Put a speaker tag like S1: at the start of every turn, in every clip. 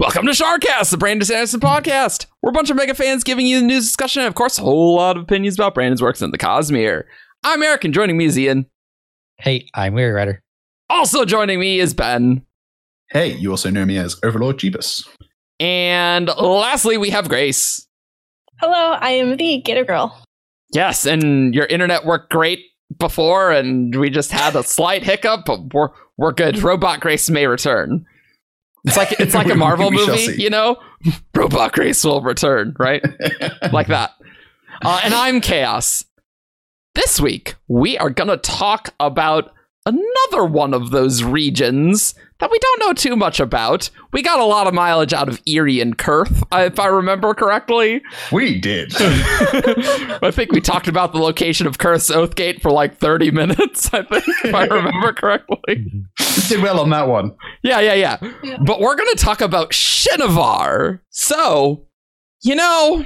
S1: Welcome to Sharkcast, the Brandon Sanderson podcast. We're a bunch of mega fans giving you the news discussion and, of course, a whole lot of opinions about Brandon's works in the Cosmere. I'm Eric, and joining me is Ian.
S2: Hey, I'm Weary Rider.
S1: Also joining me is Ben.
S3: Hey, you also know me as Overlord Jeebus.
S1: And lastly, we have Grace.
S4: Hello, I am the Gator Girl.
S1: Yes, and your internet worked great before, and we just had a slight hiccup, but we're, we're good. Robot Grace may return. It's like it's like a
S3: We-
S1: Marvel
S3: we shall
S1: movie,
S3: see.
S1: you know? Robot Grace will return, right? like that. Uh, and I'm Chaos. This week, we are going to talk about another one of those regions that we don't know too much about. We got a lot of mileage out of Erie and Kurth, uh, if I remember correctly.
S3: we did.
S1: I think we talked about the location of Kurth's Oathgate for like 30 minutes, I think, if I remember correctly.
S3: did well on that one.
S1: Yeah, yeah, yeah.
S4: Yeah.
S1: But we're going to talk about Shinovar. So, you know,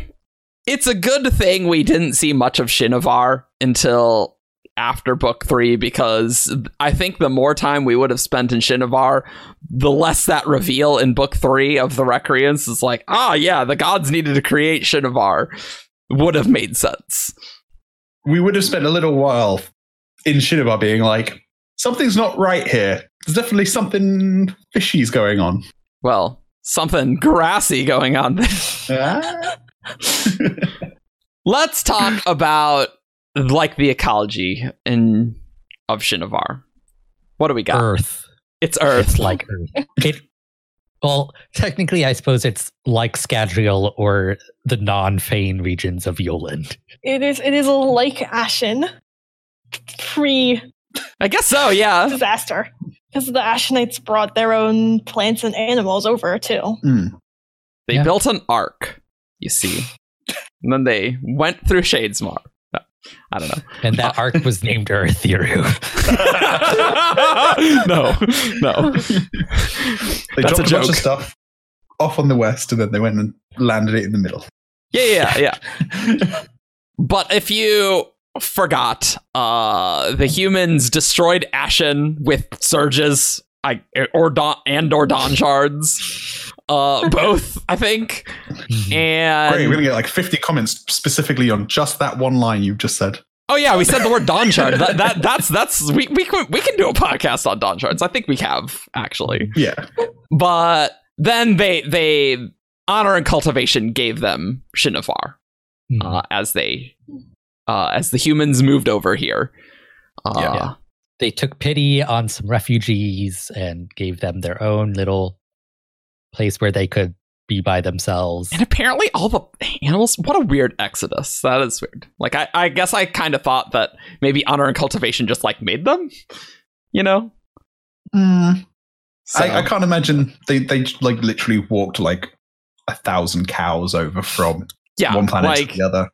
S1: it's a good thing we didn't see much of Shinovar until after book three because I think the more time we would have spent in Shinovar, the less that reveal in book three of the Recreants is like, ah, yeah, the gods needed to create Shinovar would have made sense.
S3: We would have spent a little while in Shinobar being like, something's not right here. There's definitely something fishy's going on.
S1: Well, something grassy going on there.
S3: Ah. Hmm.
S1: Let's talk about like the ecology in of Shinovar. What do we got?
S2: Earth.
S1: It's Earth.
S2: It's like Earth. It. Well, technically, I suppose it's like Scadrial or the non-Fane regions of Yoland.
S4: It is it is like Ashen pre
S1: I guess so. Yeah.
S4: disaster because the Ashenites brought their own plants and animals over too.
S3: Hmm.
S1: They
S2: Yeah.
S1: built an ark. You see, and then they went through Shadesmar. No, I don't know.
S2: And that arc was named Earthiru.
S1: no, no.
S3: They
S1: That's
S3: dropped
S1: a
S3: a, bunch
S1: joke.
S3: of stuff off on the west and then they went and landed it in the middle.
S1: Yeah, yeah, yeah. But if you forgot, uh, the humans destroyed Ashen with surges, I or Don, and or Don shards, uh, both I think.
S2: Mm-hmm.
S1: And
S3: Great, we're going to get like 50 comments specifically on just that one line you've just said.
S1: oh yeah, we said the word Don shard. That, that that's that's we we can we can do a podcast on Don shards. I think we have actually.
S3: Yeah.
S1: But then they they honor and cultivation gave them Shinafar.
S2: Mm-hmm.
S1: uh, as they uh, as the humans moved over here. Uh,
S3: Yeah.
S2: Yeah. they took pity on some refugees and gave them their own little place where they could be by themselves.
S1: And apparently, all the animals. What a weird exodus. That is weird. Like, I, I guess I kind of thought that maybe honor and cultivation just like made them. You know. So,
S3: I, I can't imagine they, they like literally walked like a thousand cows over from
S1: yeah.
S3: one planet
S1: like
S3: to the other.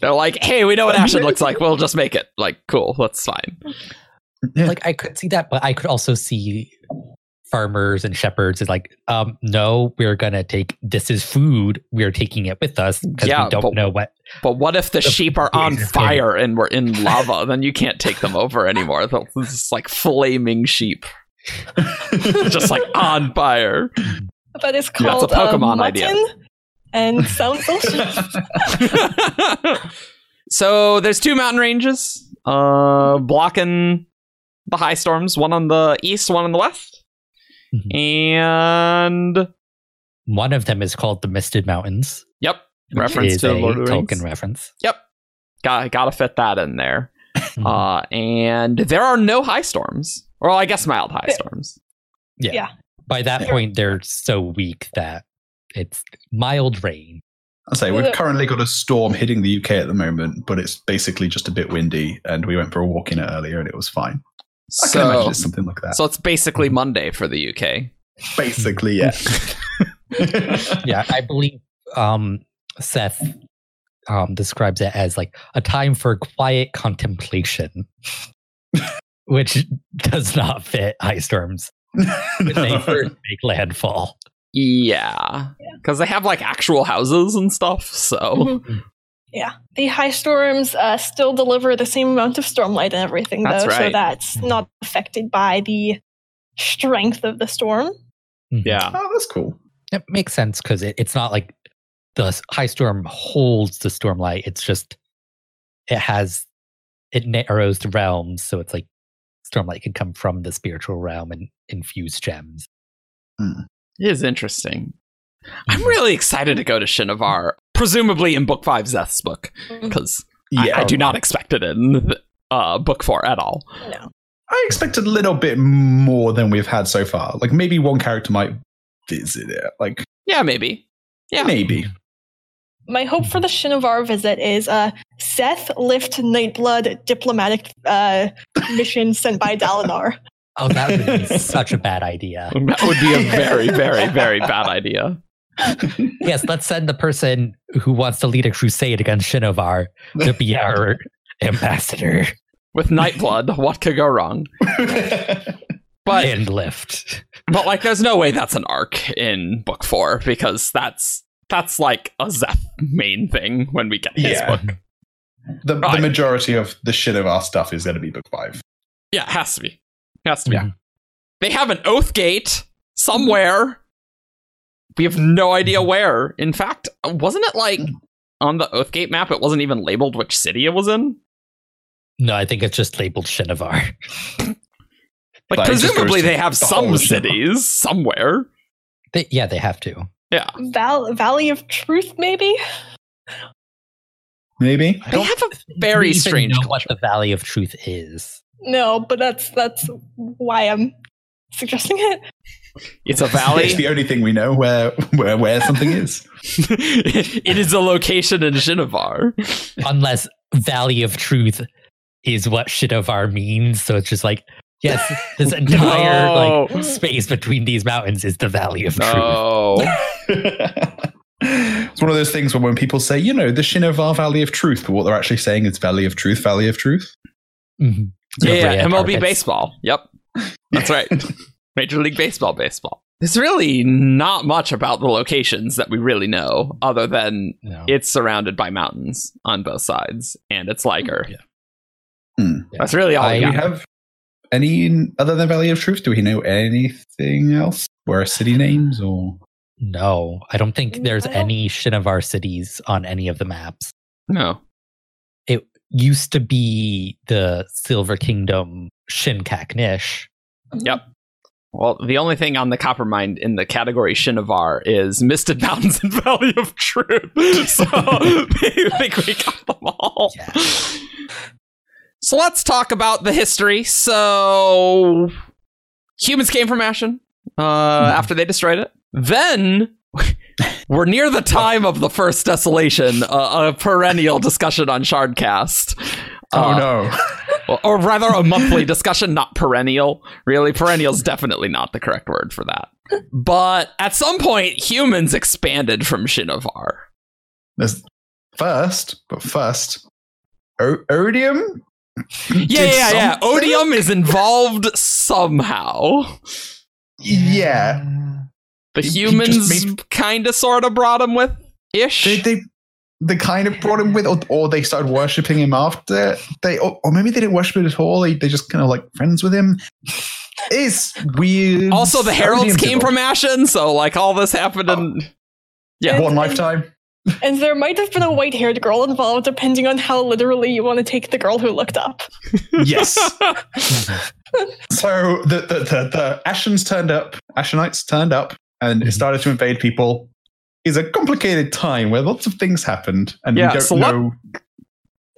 S1: they're like, hey, we know what Ashen looks like. We'll just make it. Like, cool. That's fine.
S3: Yeah.
S2: Like I could see that, but I could also see farmers and shepherds is like, um, no, we're gonna take this is food. We're taking it with us because
S1: Yeah,
S2: we don't
S1: but-
S2: know what.
S1: But what if the
S2: The
S1: sheep are on
S2: poison.
S1: fire and we're in lava? then you can't take them over anymore. This is like flaming sheep, just like on fire.
S4: But it's
S1: Yeah, it's a
S4: called uh,
S1: Pokemon idea.
S4: mutton and sounds delicious.
S1: so there's two mountain ranges uh blocking the high storms one on the east one on the west
S3: Mm-hmm.
S2: Mhm.
S1: and
S2: One of them is called the Misted Mountains.
S1: yep
S2: which
S1: reference
S2: is
S1: to
S2: a
S1: Lord of the Rings.
S2: Tolkien reference.
S1: Got, gotta fit that in there
S2: Mhm.
S3: Mm-hmm.
S1: uh and there are no high storms or i guess mild high
S4: There-
S1: storms
S2: yeah.
S4: yeah.
S2: By that
S4: Yeah.
S2: point, they're so weak that it's mild rain.
S3: I say we've currently got a storm hitting the UK at the moment, but it's basically just a bit windy, and we went for a walk in it earlier, and it was fine. I
S1: so,
S3: can imagine it's something like that. Mm-hmm.
S1: so it's basically monday for the uk
S3: basically, yeah.
S2: Yeah, I believe um, Seth um, describes it as like a time for quiet contemplation, which does not fit ice storms. when They first make landfall.
S1: yeah because they have like actual houses and stuff so
S4: Mhm. yeah, the high storms uh, still deliver the same amount of stormlight and everything
S1: That's
S4: though, so
S1: right.
S4: that's not affected by the strength of the storm.
S2: Mhm.
S1: yeah
S3: oh, that's cool.
S2: It makes sense because it, it's not like the s- high storm holds the stormlight. It's just it has it narrows the realms, so it's like stormlight can come from the spiritual realm and infuse gems.
S1: It is interesting. I'm really excited to go to Shinovar, presumably in Book 5 Zeth's book, because I, I do not expect it in uh, Book 4 at all.
S4: No.
S3: I expect a little bit more than we've had so far. Like maybe one character might visit it. Like
S1: Yeah, maybe. Yeah.
S3: maybe.
S4: My hope for the Shinovar visit is uh, Seth lift Nightblood diplomatic uh, mission sent by Dalinar.
S2: Oh, that would be such a bad idea.
S1: Mm-hmm. That would be a very, very, very bad idea.
S2: Yes, let's send the person who wants to lead a crusade against Shinovar to be our ambassador
S1: With Nightblood, what could go wrong? But
S2: and lift.
S1: but like there's no way that's an arc in book four because that's that's like a Zeth main thing when we get his
S3: Yeah.
S1: book.
S3: the,
S1: Right.
S3: the majority of the Shinovar stuff is going to be book five.
S1: Yeah, it has to be. It has to be.
S2: Yeah.
S1: They have an oath gate somewhere. We have no idea where. In fact, wasn't it like on the Oathgate map, it wasn't even labeled which city it was in?
S2: No, I think it's just labeled Shinovar.
S1: Like,
S3: Like, it just goes
S1: presumably
S3: to
S1: they have
S3: the
S1: some
S3: whole ship.
S1: cities somewhere.
S2: They, yeah, they have to.
S4: Val- Valley of Truth, maybe?
S3: Maybe.
S1: They have a very
S2: We even
S1: strange
S2: know what the Valley of Truth is.
S4: No, but that's that's why I'm suggesting it.
S1: It's a
S3: It's
S1: valley.
S3: the only thing we know where where, where something is.
S1: it is a location in Shinovar.
S2: Unless Valley of Truth is what Shinovar means. So it's just like, yes, this entire
S1: No.
S2: like
S1: Mm-hmm.
S2: space between these mountains is the Valley of Truth.
S1: Oh, No.
S3: it's one of those things where when people say, you know, the Shinovar Valley of Truth, but what they're actually saying is Valley of Truth, Valley of Truth.
S2: Mhm.
S1: Yeah, yeah,
S2: Red
S1: MLB
S2: carpets.
S1: baseball. Yep. That's right. Major League Baseball baseball. There's really not much about the locations that we really know other than
S2: No.
S1: it's surrounded by mountains on both sides and it's Liger.
S2: Yeah.
S3: Hmm.
S1: That's really all
S2: I-
S1: we
S3: Do
S1: got.
S3: we have any other than Valley of Truth? Do we know anything else? Where are city names or
S2: No, I don't think there's
S4: Well-
S2: any Shinovar cities on any of the maps.
S1: No.
S2: Used to be the Silver Kingdom Shinkak Nish.
S1: Yep. Well, the only thing on the copper mine in the category Shinovar is Misted Mountains and Valley of Truth. So I think we got them all.
S2: Yeah.
S1: So let's talk about the history. So humans came from Ashen uh,
S3: Hmm.
S1: after they destroyed it. Then we're near the time of the first desolation, uh, a perennial discussion on Shardcast. Uh,
S3: Oh, no.
S1: well, or rather a monthly discussion, not perennial. Really, perennial's definitely not the correct word for that. But at some point, humans expanded from Shinovar.
S3: There's first, but first, o- Odium.
S1: Yeah,
S3: did
S1: yeah, yeah.
S3: something?
S1: Odium is involved somehow.
S3: Yeah,
S1: The
S3: He- he just
S1: humans
S3: made-
S1: kind of sort of brought him with ish.
S3: they they they kind of brought him with, or, or they started worshiping him after they, or, or maybe they didn't worship him at all. They, they just kind of like friends with him. It's weird.
S1: also, the heralds
S3: Odium
S1: came
S3: people.
S1: from Ashen, so like all this happened
S3: Oh.
S1: in. yeah.
S3: one lifetime.
S4: And there might have been a white haired girl involved, depending on how literally you want to take the girl who looked up.
S3: Yes. So the, the, the, the Ashens turned up, Ashenites turned up, and
S1: Mm-hmm.
S3: it
S2: Mhm.
S3: started to invade people. It's a complicated time where lots of things happened, and
S1: Yeah,
S3: we don't
S1: so let-
S3: know.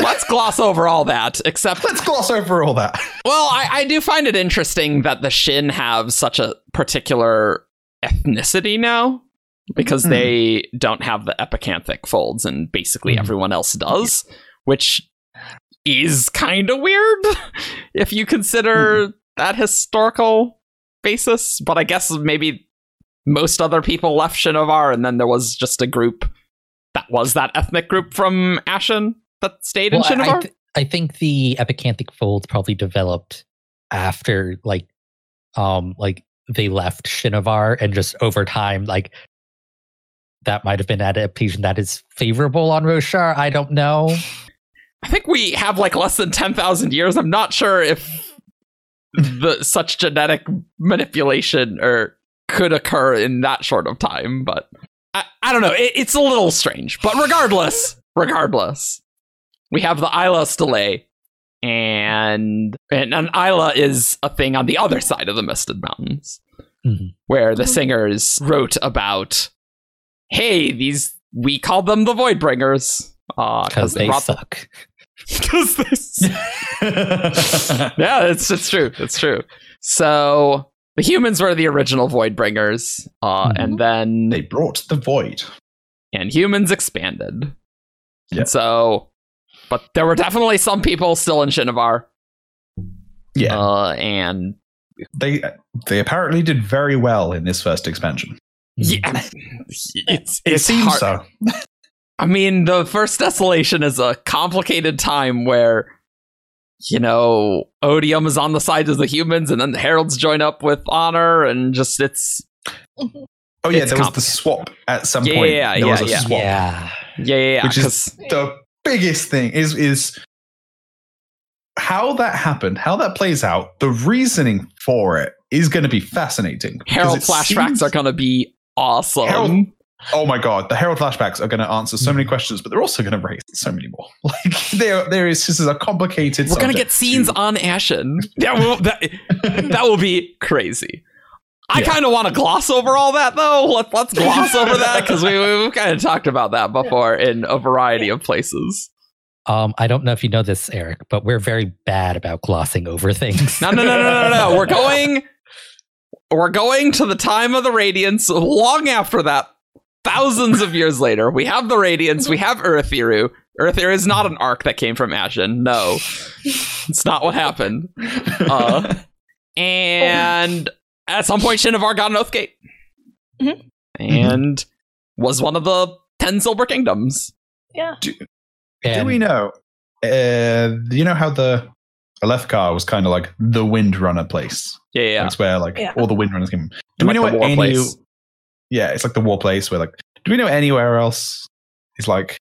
S1: Let's gloss over all that, except
S3: Let's gloss over all that.
S1: Well, I, I do find it interesting that the Shin have such a particular ethnicity now because
S2: Mm-hmm.
S3: Hmm.
S1: they don't have the epicanthic folds and basically
S2: Mhm.
S1: everyone else does, which is kind of weird if you consider
S2: Mm-hmm.
S1: that historical basis. But I guess maybe most other people left Shinovar and then there was just a group that was that ethnic group from Ashen that stayed
S2: Well,
S1: in
S2: I,
S1: Shinovar.
S2: I, th- I think the epicanthic folds probably developed after like um like they left Shinovar and just over time like that might have been adaptation that is favorable on Roshar. I don't know.
S1: I think we have like less than 10,000 years. I'm not sure if the such genetic manipulation or could occur in that short of time, but I, I don't know. It, it's a little strange, but regardless, regardless, we have the Ilas delay, and and an Isla is a thing on the other side of the Misted Mountains,
S2: Mhm.
S1: where the singers wrote about, hey, these we call them the Voidbringers uh,
S2: because they
S1: brought
S2: suck.
S1: because they yeah, it's it's true. It's true. So the humans were the original void bringers, uh,
S2: Mhm.
S1: and then
S3: they brought the void.
S1: and humans expanded.
S3: Yeah.
S1: So, but there were definitely some people still in Shinovar,
S3: Yeah,
S1: uh, and
S3: they they apparently did very well in this first expansion. Mm-hmm.
S2: Mhm.
S1: yeah, it's it's
S3: It seems
S1: hard.
S3: so.
S1: I mean, the first desolation is a complicated time where, you know, Odium is on the side of the humans, and then the heralds join up with honor, and just it's
S3: Oh yeah,
S1: It's
S3: there was
S1: complicated.
S3: the swap at some
S1: Yeah,
S3: point.
S1: yeah,
S3: there was
S1: yeah,
S3: a
S1: yeah.
S3: swap.
S2: Yeah.
S1: yeah, yeah, yeah
S3: Which is-
S1: 'cause-
S3: The biggest thing is is how that happened, how that plays out. The reasoning for it is going to be fascinating. because
S1: Harold
S3: it
S1: flashbacks
S3: seems-
S1: are gonna be awesome.
S3: Harold- oh my god, the Herald flashbacks are going to answer so many questions, but they're also going to raise so many more. Like there, there is this is a complicated.
S1: We're gonna
S3: subject
S1: get scenes
S3: to-
S1: on Ashen. That will that, that will be crazy. I
S3: Yeah.
S1: kind of want to gloss over all that though. Let, let's gloss over that because we, we've kind of talked about that before in a variety of places.
S2: Um, I don't know if you know this, Eric, but we're very bad about glossing over things.
S1: No, no, no, no, no, no. We're going. We're going to the time of the radiance. Long after that, thousands of years later, we have the radiance. We have Earthiru. Earthiru is not an arc that came from Ashen. No, it's not what happened. Uh, and at some point, Shinovar got an Oathgate,
S3: Mm-hmm.
S4: Mhm.
S1: and was one of the ten Silver Kingdoms.
S3: Do
S2: And
S3: we know? Uh, you know how the Alethkar was kind of like the Windrunner place.
S1: Yeah, yeah,
S3: That's where like
S4: Yeah.
S3: all the Windrunners came. from. Do
S1: like
S3: we know
S1: the
S3: what
S1: war
S3: any?
S1: place.
S3: Yeah, it's like the war place where like. Do we know anywhere else is like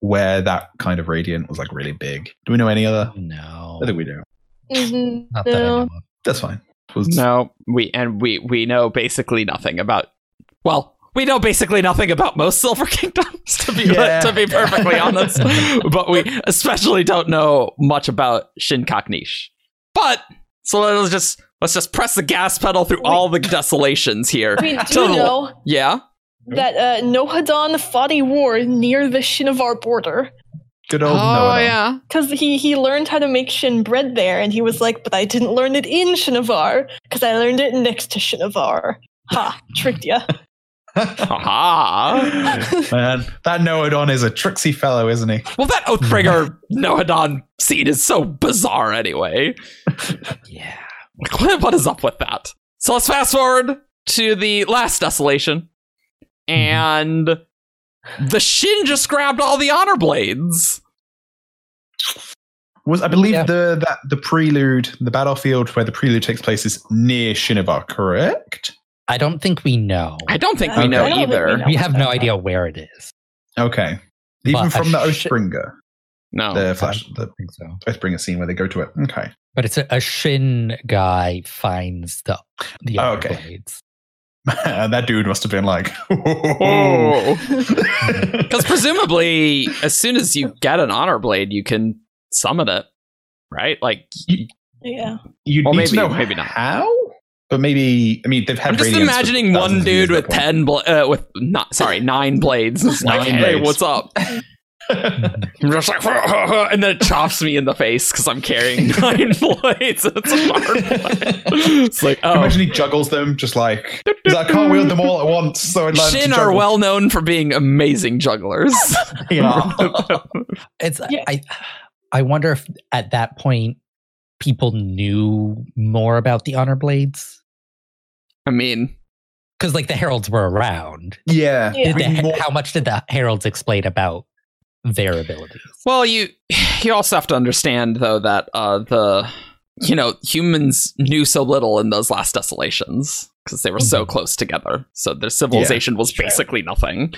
S3: where that kind of radiant was like really big? Do we know any other?
S2: No.
S3: I think we do.
S4: Mhm,
S2: Not that I know
S4: no.
S2: of.
S3: That's fine. Was-
S1: No, we and we we know basically nothing about. Well, we know basically nothing about most Silver Kingdoms to be
S3: Yeah.
S1: to be perfectly honest. but we especially don't know much about Shinkok Niche. But so let's just let's just press the gas pedal through all the desolations here.
S4: We do
S1: Totally.
S4: know
S1: Yeah.
S4: that uh, Nohadan fought a war near the Shinovar border
S3: Good old Noah.
S1: Oh, yeah.
S4: because he, he learned how to make Shin bread there, and he was like, "But I didn't learn it in Shinovar because I learned it next to Shinovar." Ha! Tricked ya.
S1: Aha. Oh.
S3: Man, that Noadon is a tricksy fellow, isn't he?
S1: Well, that Oathbringer Noadon scene is so bizarre anyway.
S2: Yeah.
S1: Like, what, what is up with that? So let's fast forward to the last desolation. And the Shin just grabbed all the honor blades.
S3: Was I believe
S2: Yeah.
S3: the that the prelude, the battlefield where the prelude takes place is near Shinovar, correct?
S2: I don't think we know.
S1: I don't think we
S3: Okay.
S1: know
S4: I don't think we
S1: either.
S4: know.
S2: we have no idea where it is.
S3: Okay. Even
S2: But
S3: from the
S2: a shi-
S3: Oathbringer,
S1: No.
S3: the flash, the
S2: I think so.
S3: Oathbringer scene where they go to it. Okay.
S2: But it's a, a shin guy finds the the
S3: Oh,
S2: honor
S3: okay.
S2: blades.
S3: that dude must have been like,
S1: Oh. Because presumably, as soon as you get an honor blade, you can summon it, right? Like,
S4: Yeah.
S3: you
S1: Well,
S3: need
S1: maybe-
S3: to know
S1: maybe not.
S3: how, but maybe I mean they've had.
S1: I'm just
S3: radiance for
S1: imagining one
S3: thousands of years
S1: dude
S3: at
S1: with
S3: that point.
S1: ten, bla- uh, with not sorry, nine blades. It's like,
S3: Nine
S1: hey,
S3: blades.
S1: what's up? I'm just like, and then it chops me in the face because I'm carrying nine blades. It's a hard blade. It's like, oh,
S3: Imagine he juggles them, just like he's like, I can't wield them all at once, so I learned to
S1: Shin are
S3: juggle."
S1: well known for being amazing jugglers.
S2: It's
S4: Yeah.
S2: I I wonder if at that point people knew more about the honor blades
S1: I mean,
S2: because like the heralds were around.
S3: yeah.
S4: Yeah.
S2: Did the,
S3: Reading more-
S2: how much did the heralds explain about their abilities?
S1: well, you you also have to understand though that uh, the you know humans knew so little in those last desolations because they were
S3: Mm-hmm.
S1: so close together. So their civilization was
S4: True.
S1: basically nothing.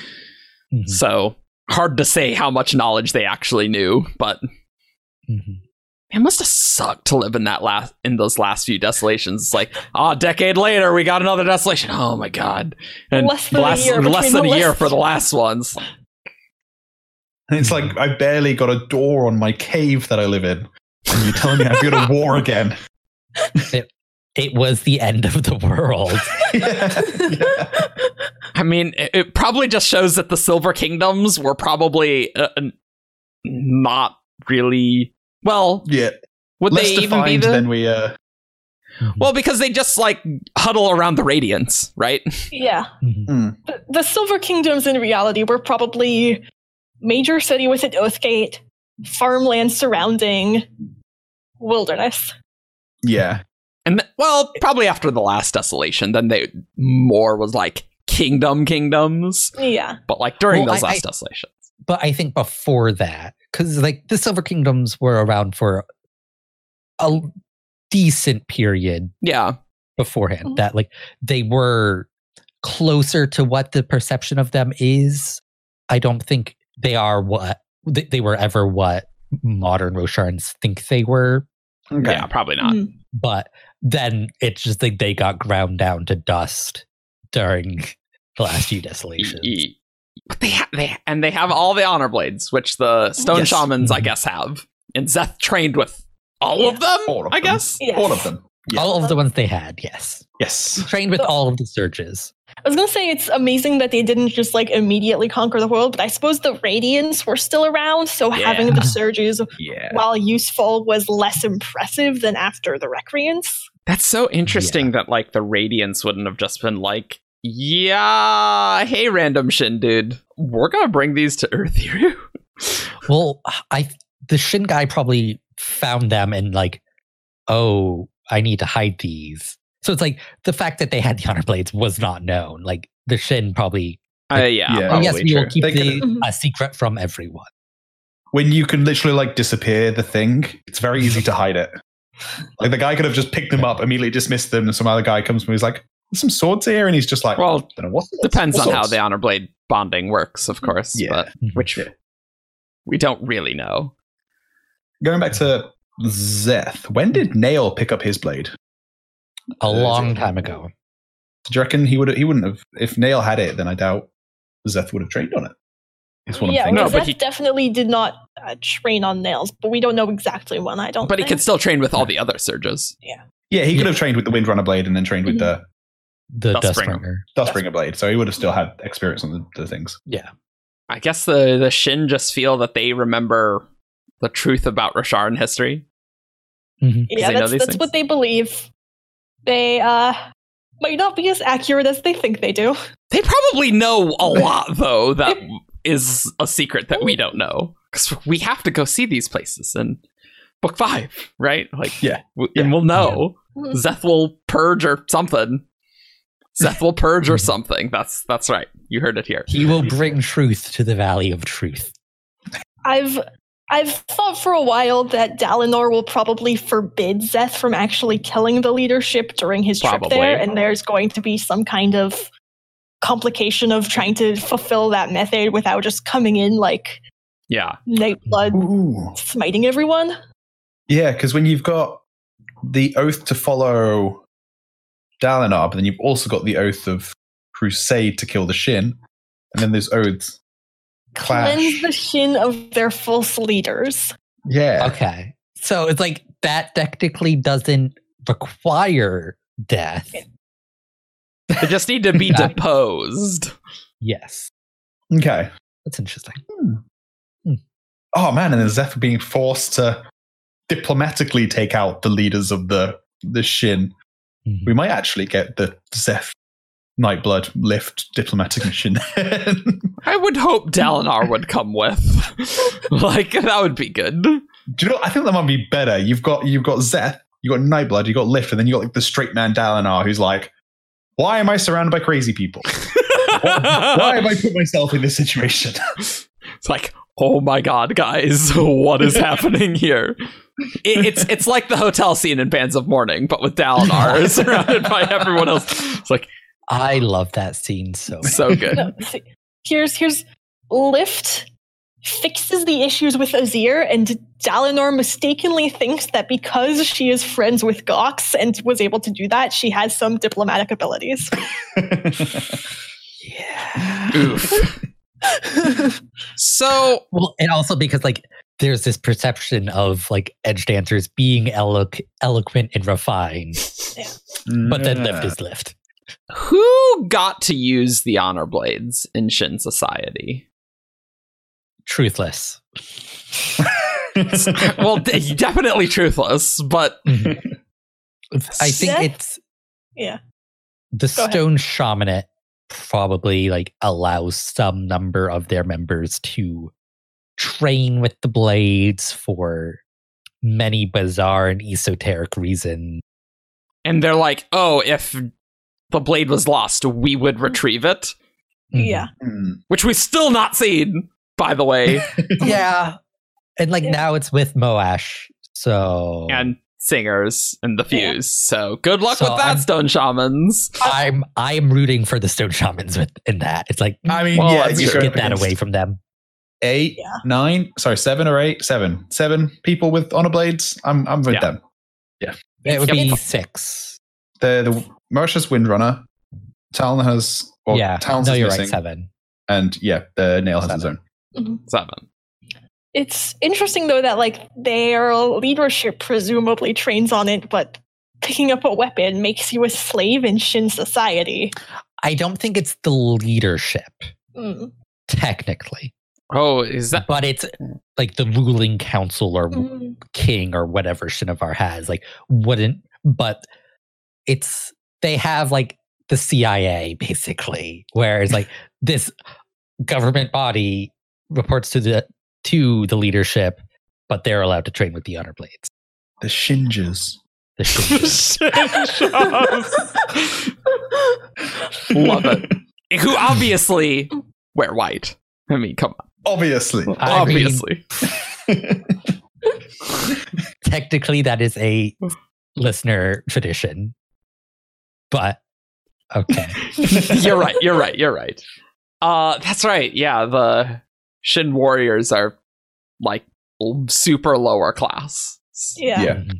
S3: Mm-hmm.
S2: Mhm,
S1: So hard to say how much knowledge they actually knew, but
S2: mhm.
S1: it must have sucked to live in that last in those last few desolations. It's like, ah, a decade later, we got another desolation. Oh my god! And
S4: Less than a
S1: less,
S4: year
S1: less
S4: between
S1: than
S4: the
S1: a year
S4: last-
S1: for the last ones.
S3: And it's like I barely got a door on my cave that I live in. And you're telling me I've got a war again.
S2: It was the end of the world.
S3: yeah, yeah.
S1: I mean, it, it probably just shows that the Silver Kingdoms were probably uh, n- not really well.
S3: Yeah.
S1: Would
S3: Less
S1: they even be
S3: defined
S1: the?
S3: than we uh
S1: well, because they just like huddle around the Radiance, right?
S4: Yeah.
S2: Mhm.
S4: The, the Silver Kingdoms in reality were probably major city with an oathgate, farmland surrounding wilderness.
S3: Yeah.
S1: And th- well, probably after the last desolation, then they more was like kingdom kingdoms.
S4: Yeah.
S1: But like during
S2: Well,
S1: those
S2: I-
S1: last
S2: I-
S1: desolations,
S2: but I think before that, because like the Silver Kingdoms were around for a decent period
S1: yeah,
S2: beforehand,
S4: Mhm.
S2: that like they were closer to what the perception of them is. I don't think they are what they, they were ever what modern Rosharans think they were,
S3: Okay.
S1: yeah, probably not.
S4: Mm.
S2: but then it's just like they got ground down to dust during the last few desolations.
S1: E- But they, ha- they and they have all the honor blades, which the stone
S3: Yes. Mm-hmm.
S1: shamans, I
S2: Mhm.
S1: guess, have. And Zeth trained with all of them.
S3: All of
S1: I
S3: them.
S1: guess.
S4: Yes.
S3: All of them. Yeah.
S2: All of the ones they had, yes.
S3: Yes.
S2: Trained with
S4: So-
S2: all of the surges.
S4: I was gonna say it's amazing that they didn't just like immediately conquer the world, but I suppose the Radiants were still around, so
S1: Yeah.
S4: having the surges,
S1: Yeah,
S4: while useful, was less impressive than after the Recreants.
S1: that's so interesting that like the radiance wouldn't have just been like, yeah, hey, random shin dude, we're gonna bring these to Earth here.
S2: Well, I the Shin guy probably found them and like, oh, I need to hide these. So it's like the fact that they had the honor blades was not known. Like the Shin probably.
S1: uh, yeah,
S3: Yeah.
S2: oh,
S1: probably
S2: yes, we will
S1: true.
S2: keep
S3: They
S2: the,
S4: could've-
S2: a secret from everyone.
S3: When you can literally like disappear the thing, it's very easy to hide it. Like the guy could have just picked them up, immediately dismissed them, and some other guy comes and he's like, There's some swords here, and he's just like,
S1: Well,
S3: I don't know what swords,
S1: depends
S3: what
S1: on how
S3: swords?"
S1: the honor blade bonding works, of course.
S3: Yeah. Mm-hmm.
S1: but which
S3: Yeah.
S1: we don't really know.
S3: Going back to Zeth, when did Nail pick up his blade?
S2: a long time ago.
S3: Do you reckon he would he wouldn't have if Nail had it, then I doubt Zeth would have trained on it. That's what I'm
S4: yeah,
S3: thinking.
S1: No,
S4: Zeth
S1: but he-
S4: definitely did not uh, train on nails, but we don't know exactly when. I don't.
S1: But he
S4: think.
S1: can still train with all the other surges.
S3: Yeah, he could
S2: Yeah.
S3: have trained with the Windrunner blade and then trained with the
S2: The
S1: Dustbringer.
S2: Dustbringer.
S3: Dustbringer blade, so he would have still had experience on the, the things.
S1: I guess the the Shin just feel that they remember the truth about Rasharan history.
S2: Mhm.
S1: they
S4: Yeah,
S1: know
S4: that's,
S1: these
S4: that's
S1: things.
S4: what they believe. They uh, might not be as accurate as they think they do.
S1: They probably know a lot though that is a secret that we don't know cuz we have to go see these places in book 5, right? Like
S3: Yeah.
S1: w- and we'll know.
S4: Yeah.
S1: Zeth will purge or something. Zeth will purge or something. That's that's right. You heard it here.
S2: He will bring truth to the Valley of Truth.
S4: I've I've thought for a while that Dalinor will probably forbid Zeth from actually killing the leadership during his trip
S1: Probably.
S4: there, and there's going to be some kind of complication of trying to fulfill that method without just coming in like
S1: Yeah.
S4: Nightblood
S3: Ooh.
S4: smiting everyone.
S3: Yeah, because when you've got the oath to follow Dalinar, but then you've also got the oath of Crusade to kill the Shin, and then there's oaths. Clash.
S4: cleanse the shin of their false leaders.
S3: Yeah.
S2: Okay. So it's like that technically doesn't require death.
S1: They just need to be
S2: Yeah.
S1: deposed.
S2: Yes.
S3: Okay.
S2: That's interesting.
S3: Oh man, and then Zephyr being forced to diplomatically take out the leaders of the the Shin.
S2: Mhm.
S3: We might actually get the Zeph Nightblood lift diplomatic mission.
S1: I would hope Dalinar would come with. like that would be good.
S3: Do you know? I think that might be better. You've got you've got Zeth, you have got Nightblood, you have got Lift, and then you have got like the straight man Dalinar, who's like, "Why am I surrounded by crazy people? Why have I put myself in this situation?"
S1: It's like, oh my god, guys, what is happening here? It, it's it's like the hotel scene in Bands of Mourning, but with Dalinar surrounded by everyone else. It's like
S2: I love that scene so much.
S1: so good.
S4: No, see, here's here's Lift fixes the issues with Azir, and Dalinor mistakenly thinks that because she is friends with Gox and was able to do that, she has some diplomatic abilities.
S1: Oof. so
S2: Well, and also because like there's this perception of like edge dancers being eloqu- eloquent and refined, but then left is left.
S1: who got to use the honor blades in Shin Society?
S2: Truthless.
S1: well, de- definitely truthless, but
S2: Mm-hmm. I think
S4: Seth?
S2: it's
S4: Yeah.
S2: the
S4: Go ahead.
S2: stone shamanate probably like allows some number of their members to train with the blades for many bizarre and esoteric reasons.
S1: and they're like, oh, if the blade was lost, we would retrieve it,
S2: Mm-hmm.
S4: Yeah.
S3: Mm.
S1: which we've still not seen, by the way,
S2: yeah. And like
S4: Yeah.
S2: now it's with Moash. So
S1: and singers and the
S4: Yeah.
S1: fuse. So good luck
S2: So
S1: with that,
S2: I'm-
S1: stone shamans.
S2: I'm I'm rooting for the stone shamans with in that. It's like
S3: I mean,
S1: Well,
S3: yeah,
S1: that's
S3: you
S2: just
S1: true.
S3: go
S2: get that
S3: against
S2: away from them.
S3: Eight,
S4: Yeah.
S3: nine, sorry, seven or eight, seven, seven people with honor blades. I'm, I'm with
S1: Yeah.
S3: them.
S2: It would
S1: Yep.
S2: be six.
S3: The the Marsh has Windrunner, Talon has, well,
S2: yeah.
S3: Talon's
S2: no,
S3: is
S2: you're
S3: missing,
S2: right. Seven.
S3: and yeah, the Nail has his own.
S2: Seven.
S1: Seven.
S4: It's interesting though that like their leadership presumably trains on it, but picking up a weapon makes you a slave in Shin society.
S2: I don't think it's the leadership,
S4: Mm.
S2: technically.
S1: Oh, is that
S2: but it's like the ruling council or
S4: Mm.
S2: king or whatever Shinovar has, like wouldn't but it's they have like the CIA basically, where it's like this government body reports to the to the leadership, but they're allowed to train with the honor blades.
S3: The Shinjas.
S2: The Shinji.
S1: Love it. who obviously wear white? I mean, come on,
S3: Obviously.
S2: I mean-
S1: obviously.
S2: Technically that is a listener tradition. But okay.
S1: you're right. You're right. You're right. Uh, that's right. Yeah, the Shin warriors are like l- super lower class.
S4: Yeah.
S3: Yeah.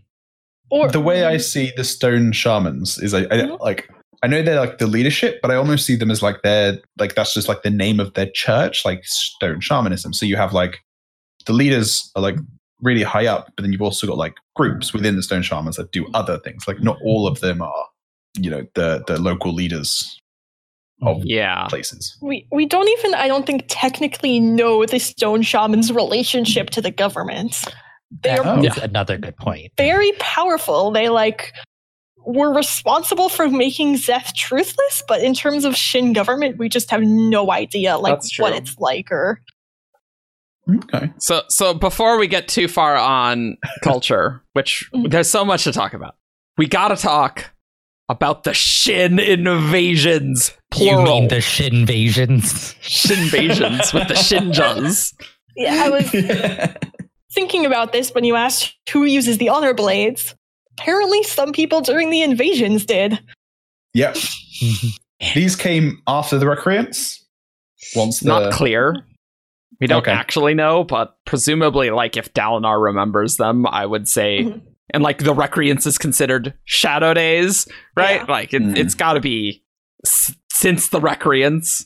S4: Or
S3: the way I see the stone shamans is I, I
S1: Mm-hmm.
S4: Mhm.
S3: like I know they're like the leadership, but I almost see them as like their like that's just like the name of their church, like stone shamanism. So you have like the leaders are like really high up, but then you've also got like groups within the stone shamans that
S1: Mm-hmm.
S3: do other things. Like not all of them are, you know, the the local leaders of
S1: Yeah.
S3: places.
S4: we we don't even I don't think technically know the stone shaman's relationship to the government. They are
S3: Oh.
S2: That's another good point.
S4: very powerful. They like were responsible for making Zeth truthless, but in terms of Shin government, we just have no idea like
S1: That's
S4: what
S1: true.
S4: it's like or
S3: Okay.
S1: So so before we get too far on culture, which there's so much to talk about, we gotta talk about the Shin invasions. Plural.
S2: You mean the shit invasions?
S1: Shin invasions with the Shinjas.
S4: yeah, I was thinking about this when you asked who uses the honor blades. Apparently, some people during the invasions did.
S3: Yep. These came after the recreants. Once the
S1: Not clear. We don't
S3: Okay.
S1: actually know, but presumably, like if Dalinar remembers them, I would say,
S4: Mhm.
S1: and like the recreance is considered shadow days, right?
S4: Yeah.
S1: Like it,
S3: Mm.
S1: it's got to be s- since the recreance.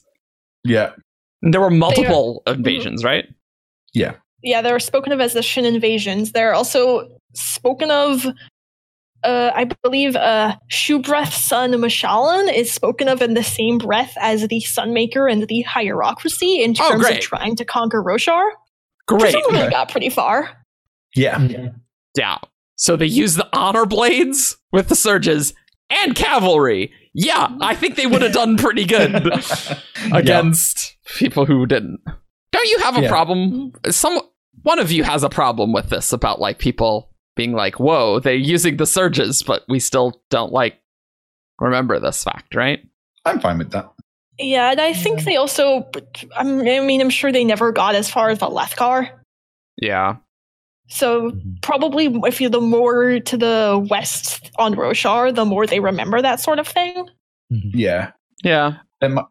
S3: Yeah.
S1: And there were multiple invasions, right?
S4: Yeah, they're spoken of as the Shin invasions. They're also spoken of. Uh, I believe uh, Shoe Breath Sun Mashalan is spoken of in the same breath as the Sunmaker and the Hierocracy in
S1: Oh,
S4: terms of
S1: great.
S4: trying to conquer Roshar.
S1: Great.
S4: Presumably
S3: Okay.
S4: got pretty far.
S3: Yeah.
S2: Mm-hmm.
S1: Yeah. So they use the honor blades with the surges and cavalry. Yeah, I think they would have done pretty good against people who didn't. Don't you have a
S3: Yeah.
S1: problem? Some one of you has a problem with this about like people being like, "Whoa, they're using the surges, but we still don't like remember this fact, right?"
S3: I'm fine with that.
S4: Yeah, and I think they also. but, I'm- I mean, I'm sure they never got as far as the Lethkar.
S1: Yeah.
S4: So
S2: Mm-hmm.
S4: probably if you're the more to the west on Roshar, the more they remember that sort of thing.
S2: Mm-hmm.
S3: Yeah.
S1: Yeah.
S3: there might,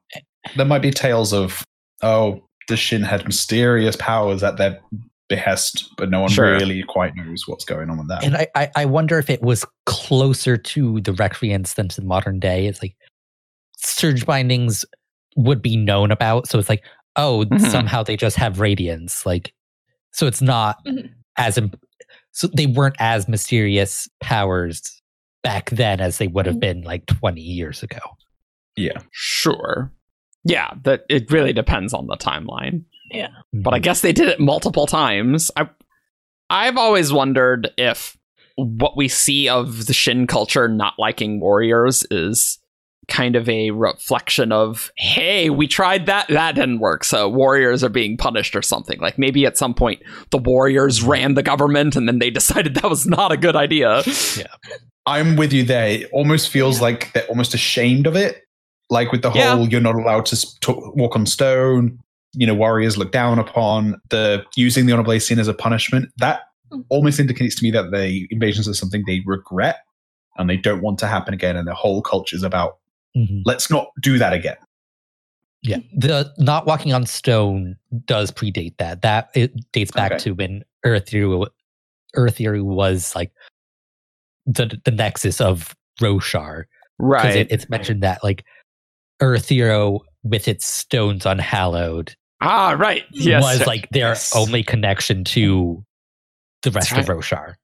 S3: there might be tales of oh the Shin had mysterious powers at their behest, but no one
S1: Sure.
S3: really quite knows what's going on with that.
S2: And I, I, I wonder if it was closer to the Recreants than to the modern day. It's like surge bindings would be known about. So it's like, oh,
S1: Mhm.
S2: somehow they just have radiance. Like, so it's not
S1: Mm-hmm.
S4: Mhm.
S2: as, imp- so they weren't as mysterious powers back then as they would have
S4: Mhm.
S1: Mm-hmm.
S2: been like 20 years ago.
S3: yeah.
S1: Sure. Yeah, that it really depends on the timeline. But I
S2: Mhm.
S1: guess they did it multiple times. I I've always wondered if what we see of the Shin culture not liking warriors is kind of a reflection of hey we tried that that didn't work so warriors are being punished or something like maybe at some point the warriors
S2: Mm-hmm.
S1: ran the government and then they decided that was not a good idea
S3: I'm with you there. It almost feels like they're almost ashamed of it. Like with the
S1: Yeah.
S3: whole you're not allowed to s- to walk on stone, you know, warriors look down upon, the using the honorable scene as a punishment. That almost indicates to me that the invasions are something they regret and they don't want to happen again. And their whole culture is about
S2: Mhm.
S3: let's not do that again.
S2: Yeah, the not walking on stone does predate that. That it dates back
S3: Okay.
S2: to when Earth Theory, Earth Theory was like the the nexus of Roshar because
S1: right
S2: it, it's mentioned that like Earth Theory with its stones unhallowed
S1: ah right yes
S2: was like their
S3: Yes.
S2: only connection to the rest
S1: That's
S2: of Roshar.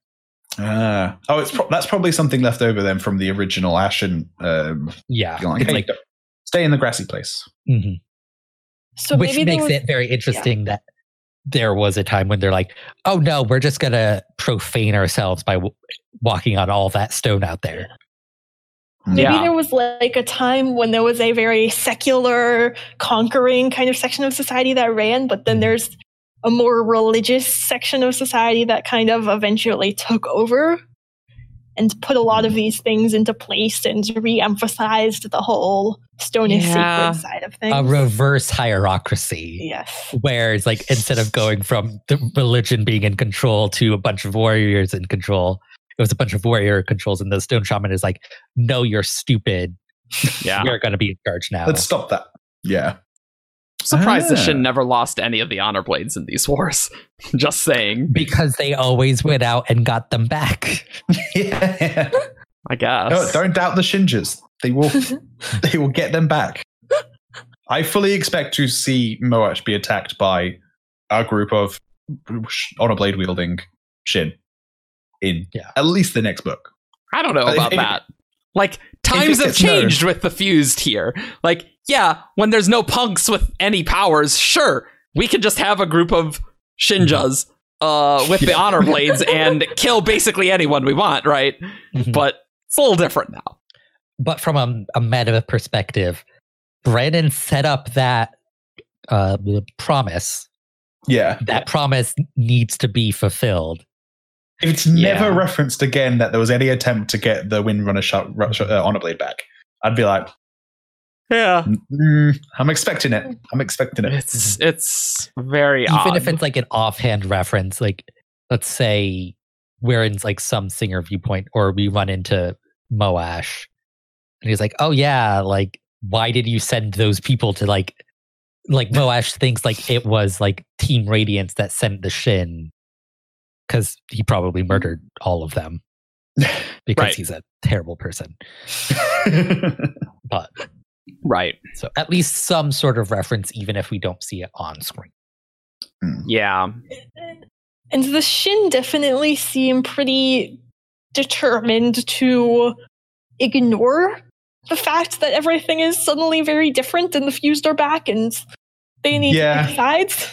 S3: Ah. Oh, it's pro- that's probably something left over then from the original Ashen. Um,
S2: Yeah,
S3: you're like,
S2: it's
S3: "Hey,
S2: like
S3: don't- stay in the grassy place.
S2: mhm.
S4: So
S2: which
S4: maybe they
S2: makes
S4: were-
S2: it very interesting that there was a time when they're like, "Oh no, we're just gonna profane ourselves by w- walking on all that stone out there."
S4: Maybe
S1: Yeah.
S4: there was like a time when there was a very secular, conquering kind of section of society that ran, but then there's a more religious section of society that kind of eventually took over and put a lot of these things into place and re emphasized the whole stone is
S1: Yeah. Uh,
S4: sacred side of things.
S2: A reverse hierarchy,
S4: yes.
S2: where it's like instead of going from the religion being in control to a bunch of warriors in control, it was a bunch of warrior controls, and the stone shaman is like, "No, you're stupid.
S1: yeah
S2: You're gonna be in charge now."
S3: Let's stop that. Yeah.
S1: Surprised the
S3: Ah.
S1: Shin never lost any of the honor blades in these wars. Just saying,
S2: because they always went out and got them back.
S3: yeah.
S1: I guess.
S2: Oh,
S3: No, don't doubt the Shinjas. They will they will get them back. I fully expect to see Moash be attacked by a group of honor blade wielding Shin in
S2: Yeah.
S3: at least the next book.
S1: I don't know
S3: If-
S1: about
S3: if-
S1: that. Like times
S3: it
S1: have
S3: gets known-
S1: changed with the fused here. Like, yeah, when there's no punks with any powers, sure, we can just have a group of Shinjas uh, with the
S3: Yeah.
S1: honor blades and kill basically anyone we want, right?
S2: Mhm.
S1: But it's a little different now.
S2: but from a, a meta perspective, Brandon set up that uh, the promise.
S3: Yeah.
S2: That promise needs to be fulfilled.
S3: It's
S1: Yeah.
S3: never referenced again that there was any attempt to get the Windrunner shot, ru- sh- uh, honor blade back. I'd be like,
S1: Yeah,
S3: mm, I'm expecting it. I'm expecting it.
S1: it's it's very
S2: Even
S1: odd.
S2: if it's like an offhand reference, like let's say we're in like some singer viewpoint or we run into Moash and he's like, Oh yeah, like why did you send those people to like like Moash thinks like it was like Team Radiance that sent the Shin. Cause he probably murdered all of them. because
S1: Right.
S2: he's a terrible person. But
S1: right.
S2: so at least some sort of reference, even if we don't see it on screen.
S1: Yeah.
S4: And the Shin definitely seem pretty determined to ignore the fact that everything is suddenly very different and the fused are back and they need
S3: Yeah.
S4: to pick sides.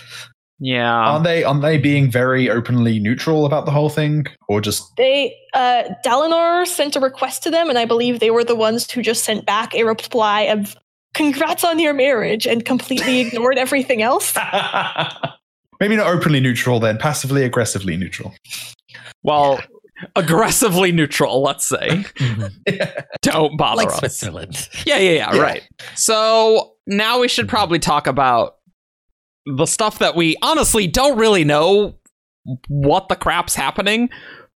S1: Yeah.
S3: aren't they? Aren't they being very openly neutral about the whole thing, or just
S4: They uh Dalinar sent a request to them and I believe they were the ones who just sent back a reply of congrats on your marriage and completely ignored everything else.
S3: maybe not openly neutral then, passively aggressively neutral?
S1: Well, aggressively neutral, let's say. Don't bother
S2: like
S1: us.
S2: Switzerland.
S1: Yeah, yeah, yeah,
S3: Yeah.
S1: Right. So now we should probably talk about the stuff that we honestly don't really know what the crap's happening,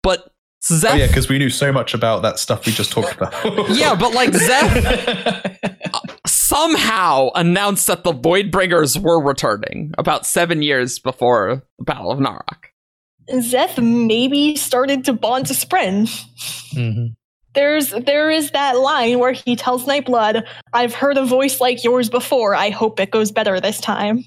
S1: but Zeth.
S3: Oh yeah, because Oh, we knew so much about that stuff we just talked about.
S1: yeah, but like Zeth
S3: yeah.
S1: somehow announced that the Voidbringers were returning about seven years before the Battle of Narok.
S4: Zeth maybe started to bond to Spren.
S2: Mhm.
S4: There's there is that line where he tells Nightblood, "I've heard a voice like yours before. I hope it goes better this time."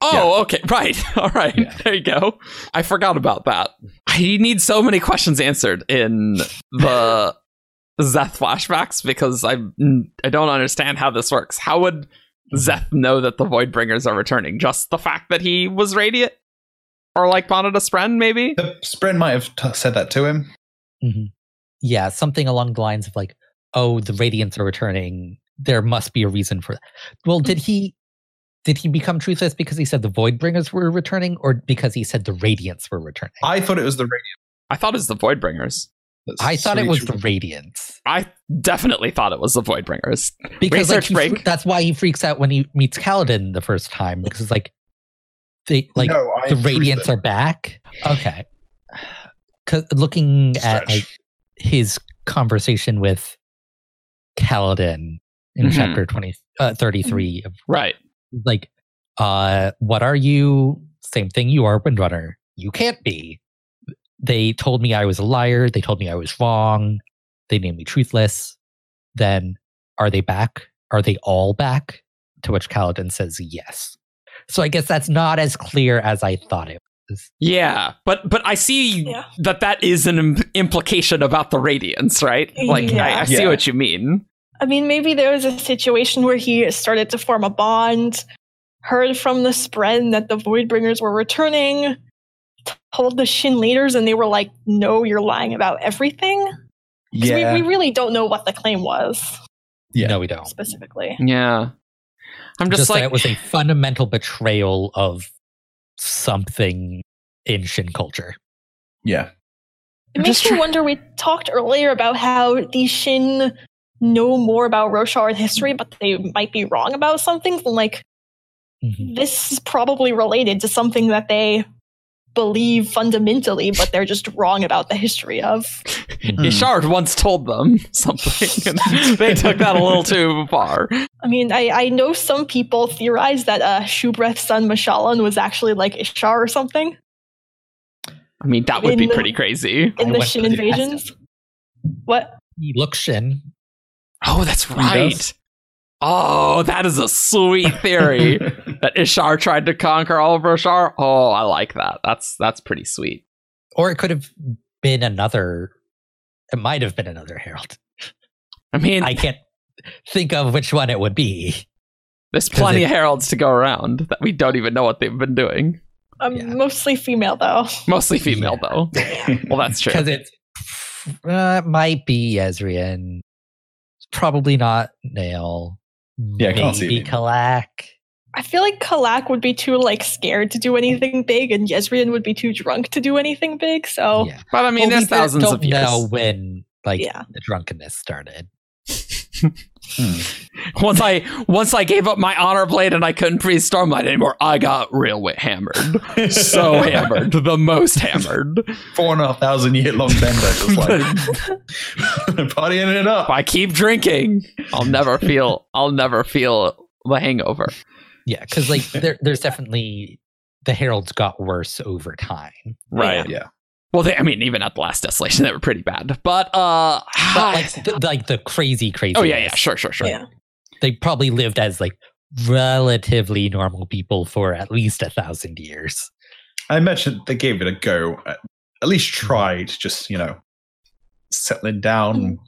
S1: Oh, okay, right, all right,
S2: Yeah.
S1: there you go. I forgot about that. I need so many questions answered in the Zeth flashbacks because I I don't understand how this works. How would Zeth know that the Voidbringers are returning? Just the fact that he was radiant, or like Bonita Spren, maybe.
S3: The Spren might have t- said that to him.
S2: Yeah, something along the lines of like, oh, the radiants are returning. There must be a reason for that.
S1: Mm.
S2: Well, did he did he become truthless because he said the Voidbringers were returning, or because he said the radiants were returning? I,
S3: I thought it was the radio.
S1: I thought it was the Voidbringers.
S3: that's
S2: thought it was
S3: reaching-
S2: the radiants
S1: I definitely thought it was the Voidbringers.
S2: because like,
S1: Research
S2: he fre-
S1: break.
S2: that's why he freaks out when he meets Kaladin the first time because it's like they like
S3: No, I
S2: the
S3: improved
S2: radiants
S3: it.
S2: are back. Okay, 'Cause looking at
S3: Stretch.
S2: like his conversation with Kaladin in
S1: Mhm.
S2: chapter 20, uh, 33 of
S1: Right.
S2: like, uh, what are you? Same thing you are, Windrunner. You can't be. They told me I was a liar. They told me I was wrong. They named me truthless. Then are they back? Are they all back? To which Kaladin says yes. So I guess that's not as clear as I thought it was.
S1: Yeah, but but I see
S4: Yeah.
S1: that that is an im- implication about the radiance, right? Like I, I
S4: Yeah.
S1: see
S3: Yeah.
S1: what you mean.
S4: I mean, maybe there was a situation where he started to form a bond, heard from the Spren that the Voidbringers were returning, told the Shin leaders, and they were like, "No, you're lying about everything." 'Cause
S3: Yeah.
S4: We, we really don't know what the claim was
S3: Yeah.
S2: No, we don't.
S4: specifically.
S1: Yeah, I'm just,
S2: just,
S1: like
S2: that it was a fundamental betrayal of something in Shin culture.
S3: yeah.
S4: It
S1: I'm
S4: makes
S1: just
S4: me
S1: try-
S4: wonder. We talked earlier about how the Shin know more about Roshar history, but they might be wrong about some things. And like,
S1: Mm-hmm.
S2: Mhm.
S4: this is probably related to something that they believe fundamentally, but they're just wrong about the history of.
S2: Mhm.
S3: Hmm.
S1: Ishard once told them something, and they took that a little too far.
S4: I mean, I, I know some people theorize that uh, Shubreth's son Mashalan was actually like Ishar or something
S1: I mean, that would be
S4: In-
S1: pretty crazy.
S4: in
S2: I
S4: the
S2: went
S4: Shin
S2: pretty fast.
S4: invasions. What?
S2: He looks Shin.
S1: Oh, that's
S3: does?
S1: right. Oh, that is a sweet theory that Ishar tried to conquer all of Roshar. Oh, I like that. That's that's pretty sweet.
S2: Or it could have been another. It might have been another Herald.
S1: I mean,
S2: I can't think of which one it would be.
S1: there's
S2: 'cause
S1: plenty
S2: it-
S1: of heralds to go around that we don't even know what they've been doing.
S4: I'm
S2: Yeah.
S4: mostly female though.
S1: Mostly female,
S2: Yeah.
S1: though. Well, that's true.
S2: Because it uh, might be Ezrian. Probably not Nail.
S3: Yeah, I can't see
S2: Maybe
S3: it.
S2: Kalak.
S4: I feel like Kalak would be too like scared to do anything big, and Yezrian would be too drunk to do anything big. So
S2: Yeah.
S1: But Oh, I mean,
S2: Well, we
S1: there's
S2: don't-
S1: thousands
S2: don't
S1: of years.
S2: know when like
S4: Yeah.
S2: the drunkenness started.
S1: Once I once I gave up my honor blade and I couldn't freeze Stormlight anymore, I got real wit hammered. So hammered, the most hammered.
S3: Hmm. Four and a half thousand year long bender. Just like
S1: if
S3: partying it up.
S1: I keep drinking, I'll never feel I'll never feel the hangover.
S2: Yeah, because like there, there's definitely the heralds got worse over time.
S1: Right.
S3: Yeah.
S1: Well, they, I mean, even at the last desolation, they were pretty bad. But uh,
S2: But like the, like the crazy, crazy.
S1: oh yeah, yeah, sure, sure, sure.
S4: Yeah.
S2: They probably lived as like relatively normal people for at least a thousand years.
S3: I imagine they gave it a go, at at least
S1: Mm-hmm.
S3: tried, just, you know, settling
S1: Mm-hmm.
S3: down,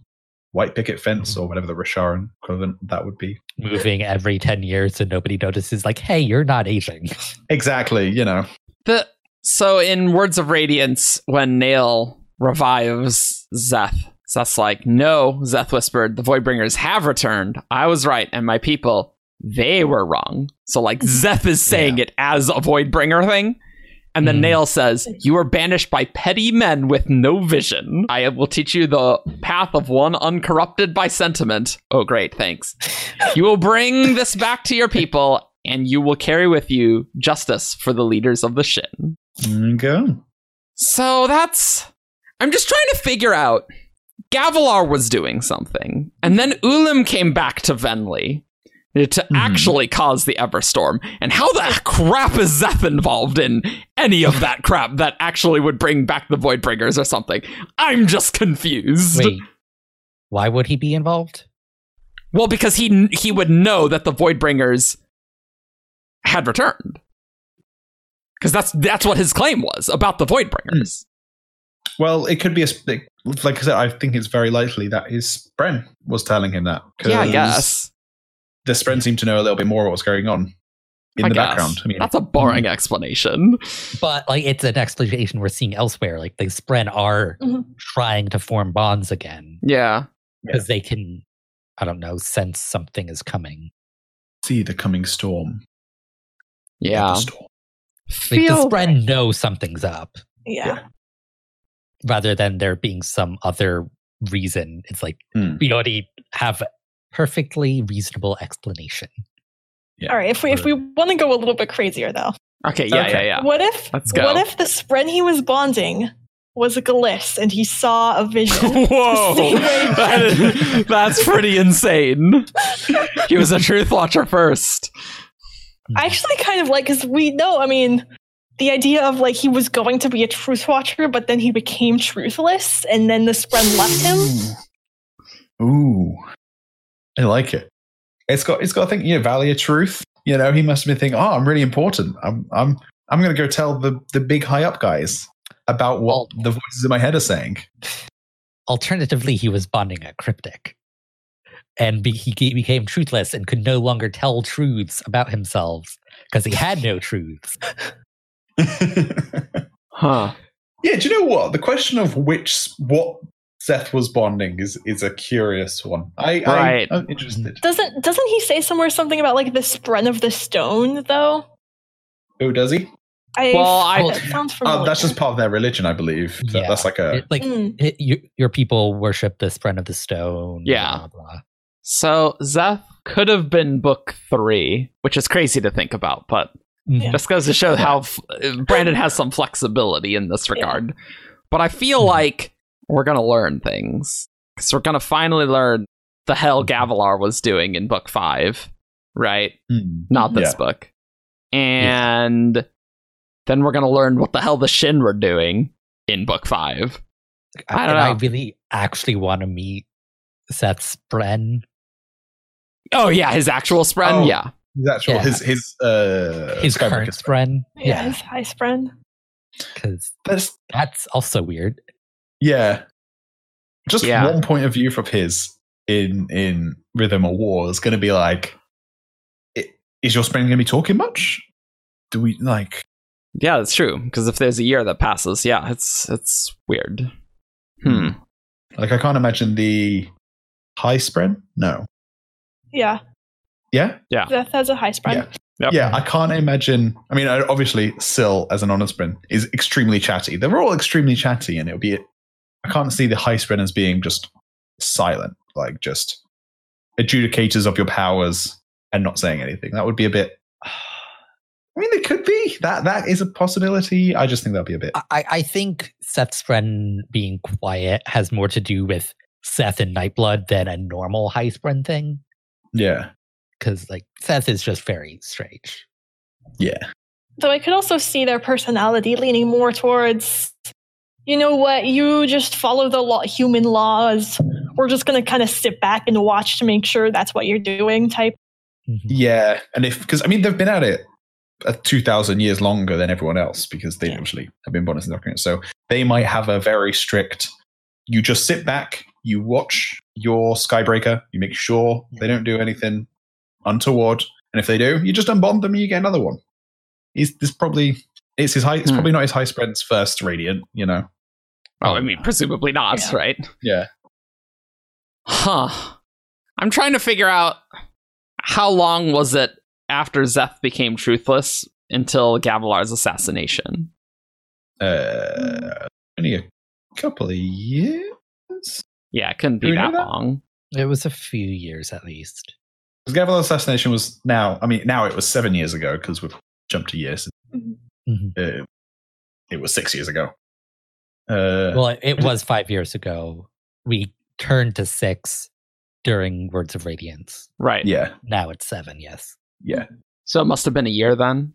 S3: white picket fence or whatever the Rasharan equivalent that would be.
S2: Moving every ten years and nobody notices. Like, hey, you're not aging.
S3: Exactly, you know.
S1: The so in Words of Radiance, when Nail revives Zeth, Zeth's like, "No," Zeth whispered. The Voidbringers have returned. I was right, and my people, they were wrong. So like Zeth is saying it as a Voidbringer thing. And then
S2: Mm.
S1: Nail says, You were banished by petty men with no vision. I will teach you the path of one uncorrupted by sentiment. Oh, great, thanks. You will bring this back to your people, and you will carry with you justice for the leaders of the Shin.
S3: Go.
S1: So that's. I'm just trying to figure out. Gavilar was doing something, and then Ulim came back to Venli. to actually cause the Everstorm. And how the crap is Zeth involved in any of that crap that actually would bring back the Voidbringers or something? I'm just confused.
S2: Wait, why would he be involved?
S1: Well, because he he would know that the Voidbringers had returned. Because that's that's what his claim was about the Voidbringers.
S3: Well, it could be a sp- like I said. I think it's very likely that his friend was telling him that. 'cause
S1: yeah, I guess.
S3: The friend seemed to know a little bit more what was going on in
S1: I
S3: the
S1: guess.
S3: background. I mean, Mm-hmm.
S1: That's a boring explanation.
S2: But like it's an explanation we're seeing elsewhere. Like the Spren are
S4: Mhm.
S2: trying to form bonds again
S1: Mm-hmm. Yeah.
S2: because they can, I don't know, sense something is coming.
S3: see the coming storm. Not
S1: Yeah.
S3: the storm.
S2: Like
S1: Feel-
S2: the Spren know something's up
S4: Yeah.
S2: rather than there being some other reason. It's like
S3: Hmm.
S2: we already have perfectly reasonable explanation.
S3: Yeah.
S4: All right. If we if we want to go a little bit crazier though,
S1: Okay, yeah,
S3: Okay.
S1: yeah, yeah.
S4: what if
S1: Let's go.
S4: what if the spren he was bonding was a gliss and he saw a vision?
S1: Whoa, That is- that's pretty insane. He was a truth watcher first.
S4: I
S2: Hmm.
S4: actually kind of like because we know. I mean, the idea of like he was going to be a truth watcher, but then he became truthless, and then the spren left
S3: Ooh.
S4: him.
S3: Ooh. I like it. It's got it's got I think you know, Valley of Truth. You know, he must have been thinking, oh, I'm really important. I'm I'm I'm gonna go tell the the big high up guys about what
S2: Oh.
S3: the voices in my head are saying.
S2: Alternatively, he was bonding a cryptic. And be- he ge- became truthless and could no longer tell truths about himself because he had no truths.
S3: yeah,
S1: Huh.
S3: do you know what? The question of which what Seth was bonding is is a curious one. I,
S1: Right.
S3: I I'm interested.
S4: Doesn't doesn't he say somewhere something about like the spren of the stone though?
S3: Oh, does he?
S4: I,
S1: Well, I-
S4: that sounds familiar.
S3: Oh, that's just part of their religion, I believe. That-
S2: Yeah.
S3: That's like a
S2: It- like
S4: Mm.
S2: it, you, your people worship the friend of the stone.
S1: Yeah.
S2: Blah, blah.
S1: So Zeph could have been book three, which is crazy to think about, but
S2: Mhm.
S1: just goes to show how f- Brandon has some flexibility in this regard. But I feel
S3: Mm-hmm.
S2: Mhm.
S1: like we're gonna learn things because we're gonna finally learn the hell Gavilar was doing in book five, right?
S3: Hmm.
S1: Not this
S3: Yeah.
S1: book, and then we're gonna learn what the hell the Shin were doing in book five. I don't
S2: And
S1: know.
S2: I really actually want to meet Seth's friend,
S1: Oh yeah, his actual spread.
S3: Oh.
S1: Yeah,
S3: his actual
S2: Yeah.
S3: his his uh
S2: his
S3: Skyblock
S2: current
S3: is-
S2: friend.
S4: yeah,
S2: Yeah.
S4: his high spren.
S2: Because
S3: That's
S2: that's also weird.
S3: yeah. Just
S1: Yeah.
S3: one point of view from his in in Rhythm of War is going to be like, i- is your spring going to be talking much? Do we like?
S1: yeah, that's true. Because if there's a year that passes, yeah, it's it's weird. Hmm.
S3: Like I can't imagine the high spren. No.
S4: Yeah,
S3: Yeah.
S4: Zeth has a high spren.
S3: Yeah. Yeah. I can't imagine. I mean, I- obviously, Syl as an honor spren is extremely chatty. They're all extremely chatty, and it'll be. I can't see the high spren as being just silent, like just adjudicators of your powers and not saying anything. That would be a bit. I mean, it could be that. That is a possibility. I just think that'd be a bit.
S2: I- I, I think Seth's friend being quiet has more to do with Seth and Nightblood than a normal high friend thing.
S3: Yeah.
S2: Because like Seth is just very straight.
S3: Yeah.
S4: Though I could also see their personality leaning more towards, you know what, you just follow the law, human laws. We're just going to kind of sit back and watch to make sure that's what you're doing type.
S2: Mhm.
S3: Yeah, and if because I mean they've been at it uh, two thousand years longer than everyone else because they
S4: Yeah.
S3: actually have been born in Doctrine. So they might have a very strict. You just sit back, you watch your Skybreaker, you make sure they don't do anything untoward, and if they do, you just unbond them and you get another one. Is this probably? It's his high. It's
S1: Hmm.
S3: probably not his high spreads first radiant. You know.
S1: Oh, I mean, presumably not,
S4: Yeah.
S1: right?
S3: Yeah.
S1: Huh. I'm trying to figure out how long was it after Zeth became truthless until Gavilar's assassination?
S3: Uh, only a couple of years.
S1: Yeah, it couldn't
S3: Do
S1: be
S3: we know
S1: that,
S3: that?
S1: long.
S2: It was a few years at least.
S3: Because Gavilar assassination was now, I mean, now it was seven years ago because we've jumped a year. Since,
S2: Mhm.
S1: Mm-hmm.
S3: uh, it was six years ago. Uh,
S2: Well, it, it was five years ago. We turned to six during Words of Radiance.
S1: Right.
S3: Yeah,
S2: Now it's seven, yes.
S3: yeah.
S1: So it must have been a year then,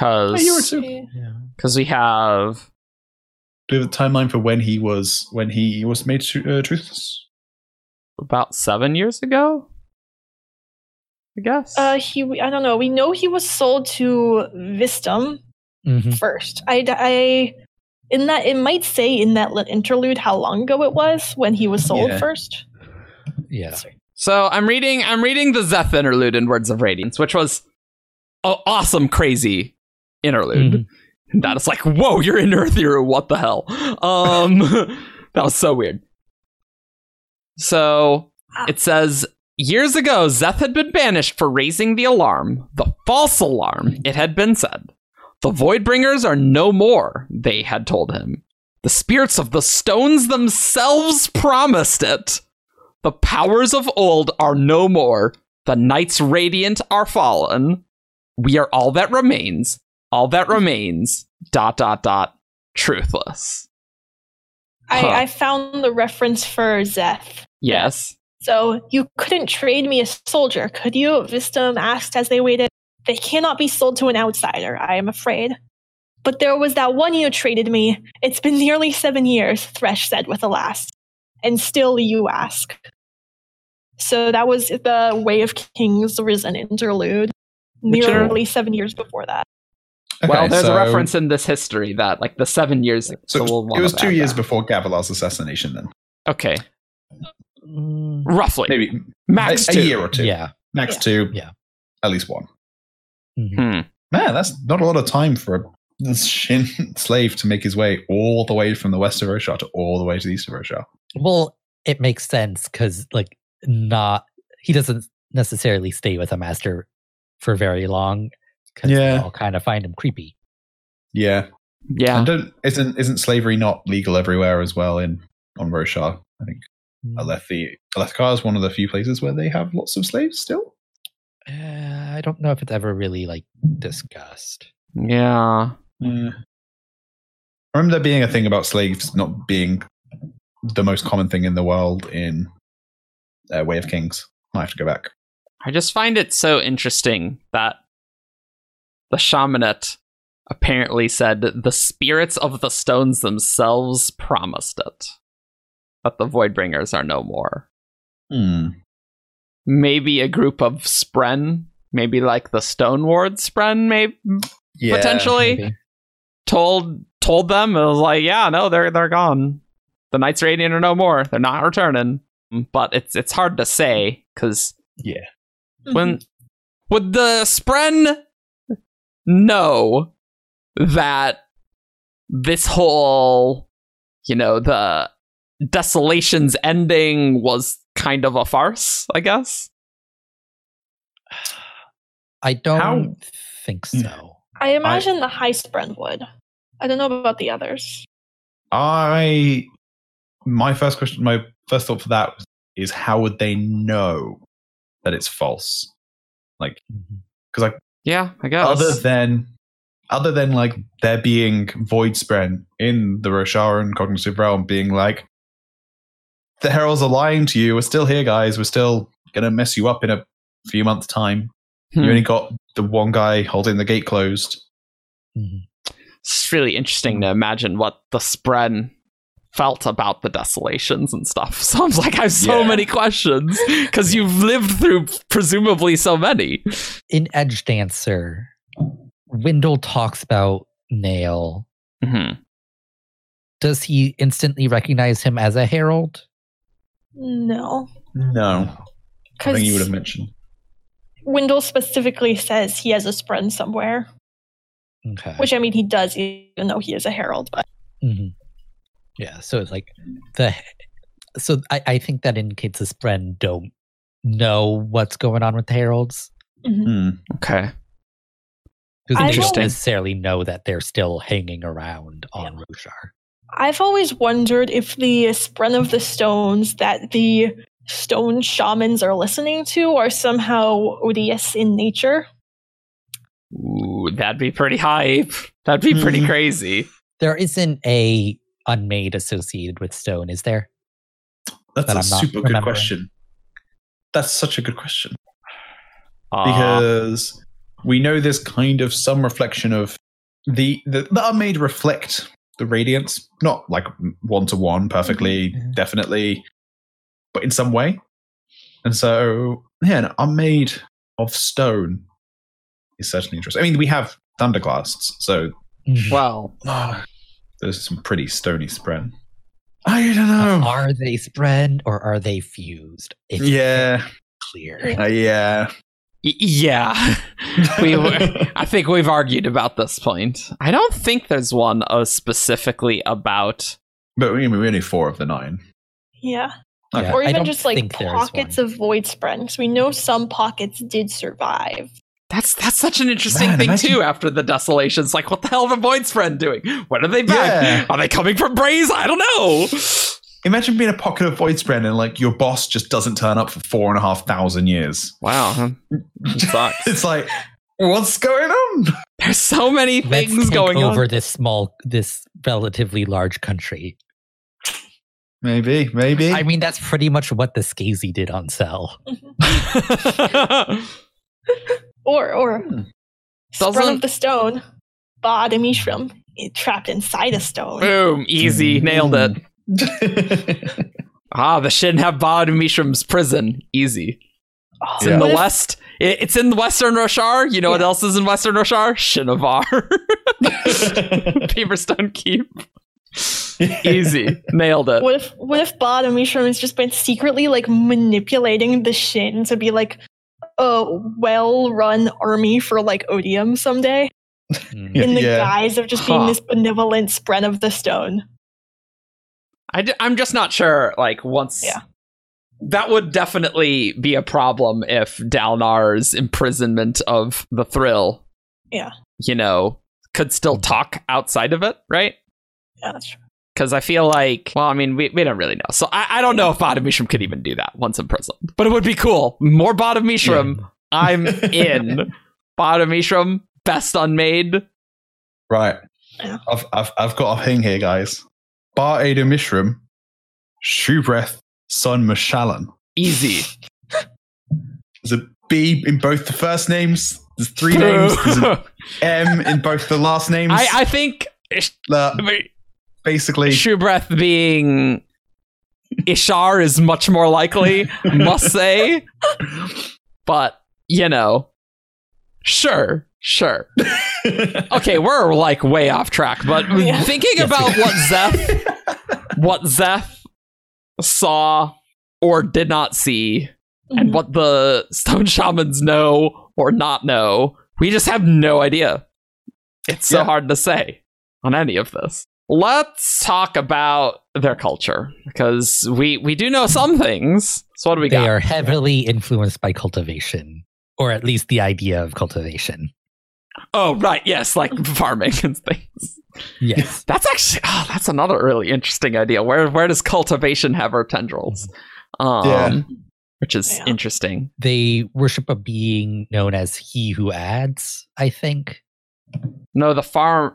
S3: A year or
S1: because
S3: two.
S2: Yeah.
S1: we have
S3: Do you have the timeline for when he was when he was made tru- uh, truthless?
S1: about seven years ago. I guess.
S4: Uh, he, I don't know. We know he was sold to Vistum
S2: hmm
S4: first. I, I, in that it might say in that lit- interlude how long ago it was when he was sold
S3: Yeah.
S4: first.
S2: Yeah.
S1: So I'm reading I'm reading the Zeth interlude in Words of Radiance, which was an awesome, crazy interlude. That is like, whoa, you're in Earth Hero, what the hell? Um that was so weird. So it says Years ago, Zeth had been banished for raising the alarm, the false alarm, it had been said. The Voidbringers are no more, they had told him. The spirits of the stones themselves promised it. The powers of old are no more. The knights radiant are fallen. We are all that remains. All that remains. Dot dot dot. Truthless. Huh.
S4: I, I found the reference for Zeth.
S1: Yes.
S4: So you couldn't trade me a soldier, could you? Vistum asked as they waited. They cannot be sold to an outsider, I am afraid. But there was that one you traded me. It's been nearly seven years, Thresh said with a laugh. And still you ask. So that was the Way of Kings Risen interlude,
S1: Which are-
S4: nearly seven years before that.
S1: well,
S3: Okay,
S1: there's
S3: so-
S1: a reference in this history that, like, the seven years.
S3: So it was,
S1: we'll
S3: it
S1: wanna
S3: was two
S1: add
S3: years
S1: that.
S3: before Gavilar's assassination. Then
S1: Okay.
S2: Mm,
S1: Roughly.
S3: maybe
S1: Max
S3: a, a
S1: two.
S3: year or two.
S2: Yeah.
S3: max
S4: Yeah.
S3: two.
S2: Yeah.
S3: at least one.
S2: Mhm.
S1: Hmm.
S3: Man, that's not a lot of time for a shin slave to make his way all the way from the west of Roshar to all the way to the east of Roshar.
S2: Well, it makes sense because, like, not he doesn't necessarily stay with a master for very long because
S3: Yeah.
S2: they all kind of find him creepy.
S3: Yeah,
S1: Yeah.
S3: and don't isn't isn't slavery not legal everywhere as well in on Roshar? I think
S2: Mm,
S3: Alethi Alethkar is one of the few places where they have lots of slaves still.
S2: Uh, I don't know if it's ever really like discussed.
S1: Yeah.
S3: Yeah. I remember there being a thing about slaves not being the most common thing in the world in uh, Way of Kings. Might have to go back.
S1: I just find it so interesting that the shamanate apparently said the spirits of the stones themselves promised it. But the Voidbringers are no more.
S3: Hmm.
S1: Maybe a group of Spren, maybe like the Stone Ward Spren, maybe
S3: Yeah.
S1: potentially
S2: maybe.
S1: told told them it was like, yeah, no, they're they're gone. The Knights Radiant are no more. They're not returning. But it's it's hard to say because
S4: Mm-hmm.
S1: when would the spren know that this whole you know the desolations ending was kind of a farce i guess
S2: I don't
S3: How-
S2: think
S3: Mm.
S2: so.
S4: I imagine the High Spren would. I don't know about the others.
S3: I my first question, my first thought for that is how would they know that it's false?
S2: Mhm.
S3: Because like
S1: yeah i guess
S3: other than other than like there being void spren in the Rosharan cognitive realm being like the heralds are lying to you, we're still here guys, we're still gonna mess you up in a few months time.
S1: Hmm.
S3: You only got the one guy holding the gate closed.
S2: Mhm.
S1: it's really interesting to imagine what the spren felt about the desolations and stuff sounds like i have so
S3: Yeah.
S1: many questions because you've lived through presumably so many
S2: In Edge Dancer, Wendell talks about Nail.
S1: Mhm.
S2: Does he instantly recognize him as a herald?
S4: No.
S3: No. I
S4: Because
S3: think you would have mentioned.
S4: Wendell specifically says he has a spren somewhere,
S2: Okay.
S4: which I mean he does, even though he is a herald. But
S2: hmm Yeah, so it's like the so I, I think that indicates this friend don't know what's going on with the heralds
S4: Mhm.
S3: Hmm.
S1: okay
S2: because they don't
S1: Interesting.
S2: necessarily know that they're still hanging around on Roshar.
S4: I've always wondered if the spren of the stones that the stone shamans are listening to are somehow odious in nature.
S1: Ooh, that'd be pretty hype. That'd be pretty
S3: Mhm.
S1: crazy.
S2: There isn't a unmade associated with stone, is there?
S3: That's
S2: That
S3: a
S2: I'm not
S3: super good
S2: remembering.
S3: question. That's such a good question
S1: Aw.
S3: because we know there's kind of some reflection of the the, the unmade reflect the radiance, not like one to one perfectly,
S2: Mhm.
S3: definitely, but in some way. And so, yeah, an unmade of stone is certainly interesting. I mean, we have thunderglasts, so
S1: well,
S3: ah, there's some pretty stony spread. I don't know.
S2: Are they spread or are they fused? It's
S3: Yeah,
S2: clear.
S3: uh, yeah.
S1: y- yeah. we were, I think we've argued about this point. I don't think there's one uh, specifically about.
S3: But we, we only four of the nine.
S4: Yeah.
S3: Okay.
S2: Yeah,
S4: or
S2: I
S4: even
S2: don't
S4: just like
S2: think there is
S4: pockets
S2: one.
S4: of void spread because we know some pockets did survive.
S1: That's that's such an interesting
S3: Man,
S1: thing
S3: imagine-
S1: too. After the desolations, like what the hell are Void's friend doing? When are they back?
S3: Yeah.
S1: Are they coming from Braze? I don't know.
S3: Imagine being a pocket of void spread and like your boss just doesn't turn up for four and a half thousand years.
S1: Wow, sucks.
S3: it's like, what's going on?
S1: There's so many
S2: Let's
S1: things
S2: take
S1: going
S2: over
S1: on.
S2: this small, this relatively large country.
S3: Maybe, maybe.
S2: I mean, that's pretty much what the Skazy did on Cell.
S4: Or or
S3: Hmm.
S4: Sprung
S1: Doesn't-
S4: of the stone, Bod and Mishram, it trapped inside a stone.
S1: Boom,
S3: Mm.
S1: easy,
S3: Hmm.
S1: nailed it. Ah, the Shin have Bod Mishram's prison. Easy.
S4: Oh,
S1: It's in the
S4: what if-
S1: west. It, it's in the Western Roshar. You know what
S4: Yeah.
S1: else is in Western Roshar? Shinovar. Beaverstone Keep. Easy. Nailed it.
S4: What if what if Bod and Mishram has just been secretly like manipulating the Shin to be like a well-run army for like Odium someday
S2: Mm.
S3: Yeah.
S4: in the guise of just
S1: Huh.
S4: being this benevolent spread of the stone?
S1: I d- I'm just not sure, like, once.
S4: Yeah.
S1: That would definitely be a problem if Dalnar's imprisonment of the thrill.
S4: Yeah.
S1: You know, could still talk outside of it, right?
S4: Yeah, that's true.
S1: Because I feel like, well, I mean, we, we don't really know. So I, I don't know if Bottom Mishram could even do that once in prison. But it would be cool. More Bottom Mishram. I'm in. Bottom Mishram, best unmade.
S3: right.
S4: Yeah.
S3: I've, I've, I've got a thing here, guys. Bar Ada Mishram, Shoe Breath, Son Mashallan.
S1: Easy.
S3: There's a B in both the first names. There's three names. There's an M in both the last names.
S1: I, I think Ish-
S3: Uh, basically,
S1: Shoe Breath being Ishar is much more likely, must say. But, you know, sure, sure. okay, we're like way off track, but
S4: Yeah.
S1: thinking
S2: Yes,
S1: about what Zeph what Zeph saw or did not see, and
S4: Mm-hmm.
S1: what the stone shamans know or not know, we just have no idea. It's so
S3: Yeah.
S1: hard to say on any of this. Let's talk about their culture because we we do know some things. So what do we
S2: They
S1: got?
S2: are heavily influenced by cultivation, or at least the idea of cultivation.
S1: oh, right, yes, like farming and things.
S2: Yes.
S1: That's actually oh, that's another really interesting idea. Where where does cultivation have her tendrils? Um,
S3: Yeah.
S1: which is
S4: Yeah.
S1: interesting.
S2: they worship a being known as He Who Adds, I think.
S1: No, the farm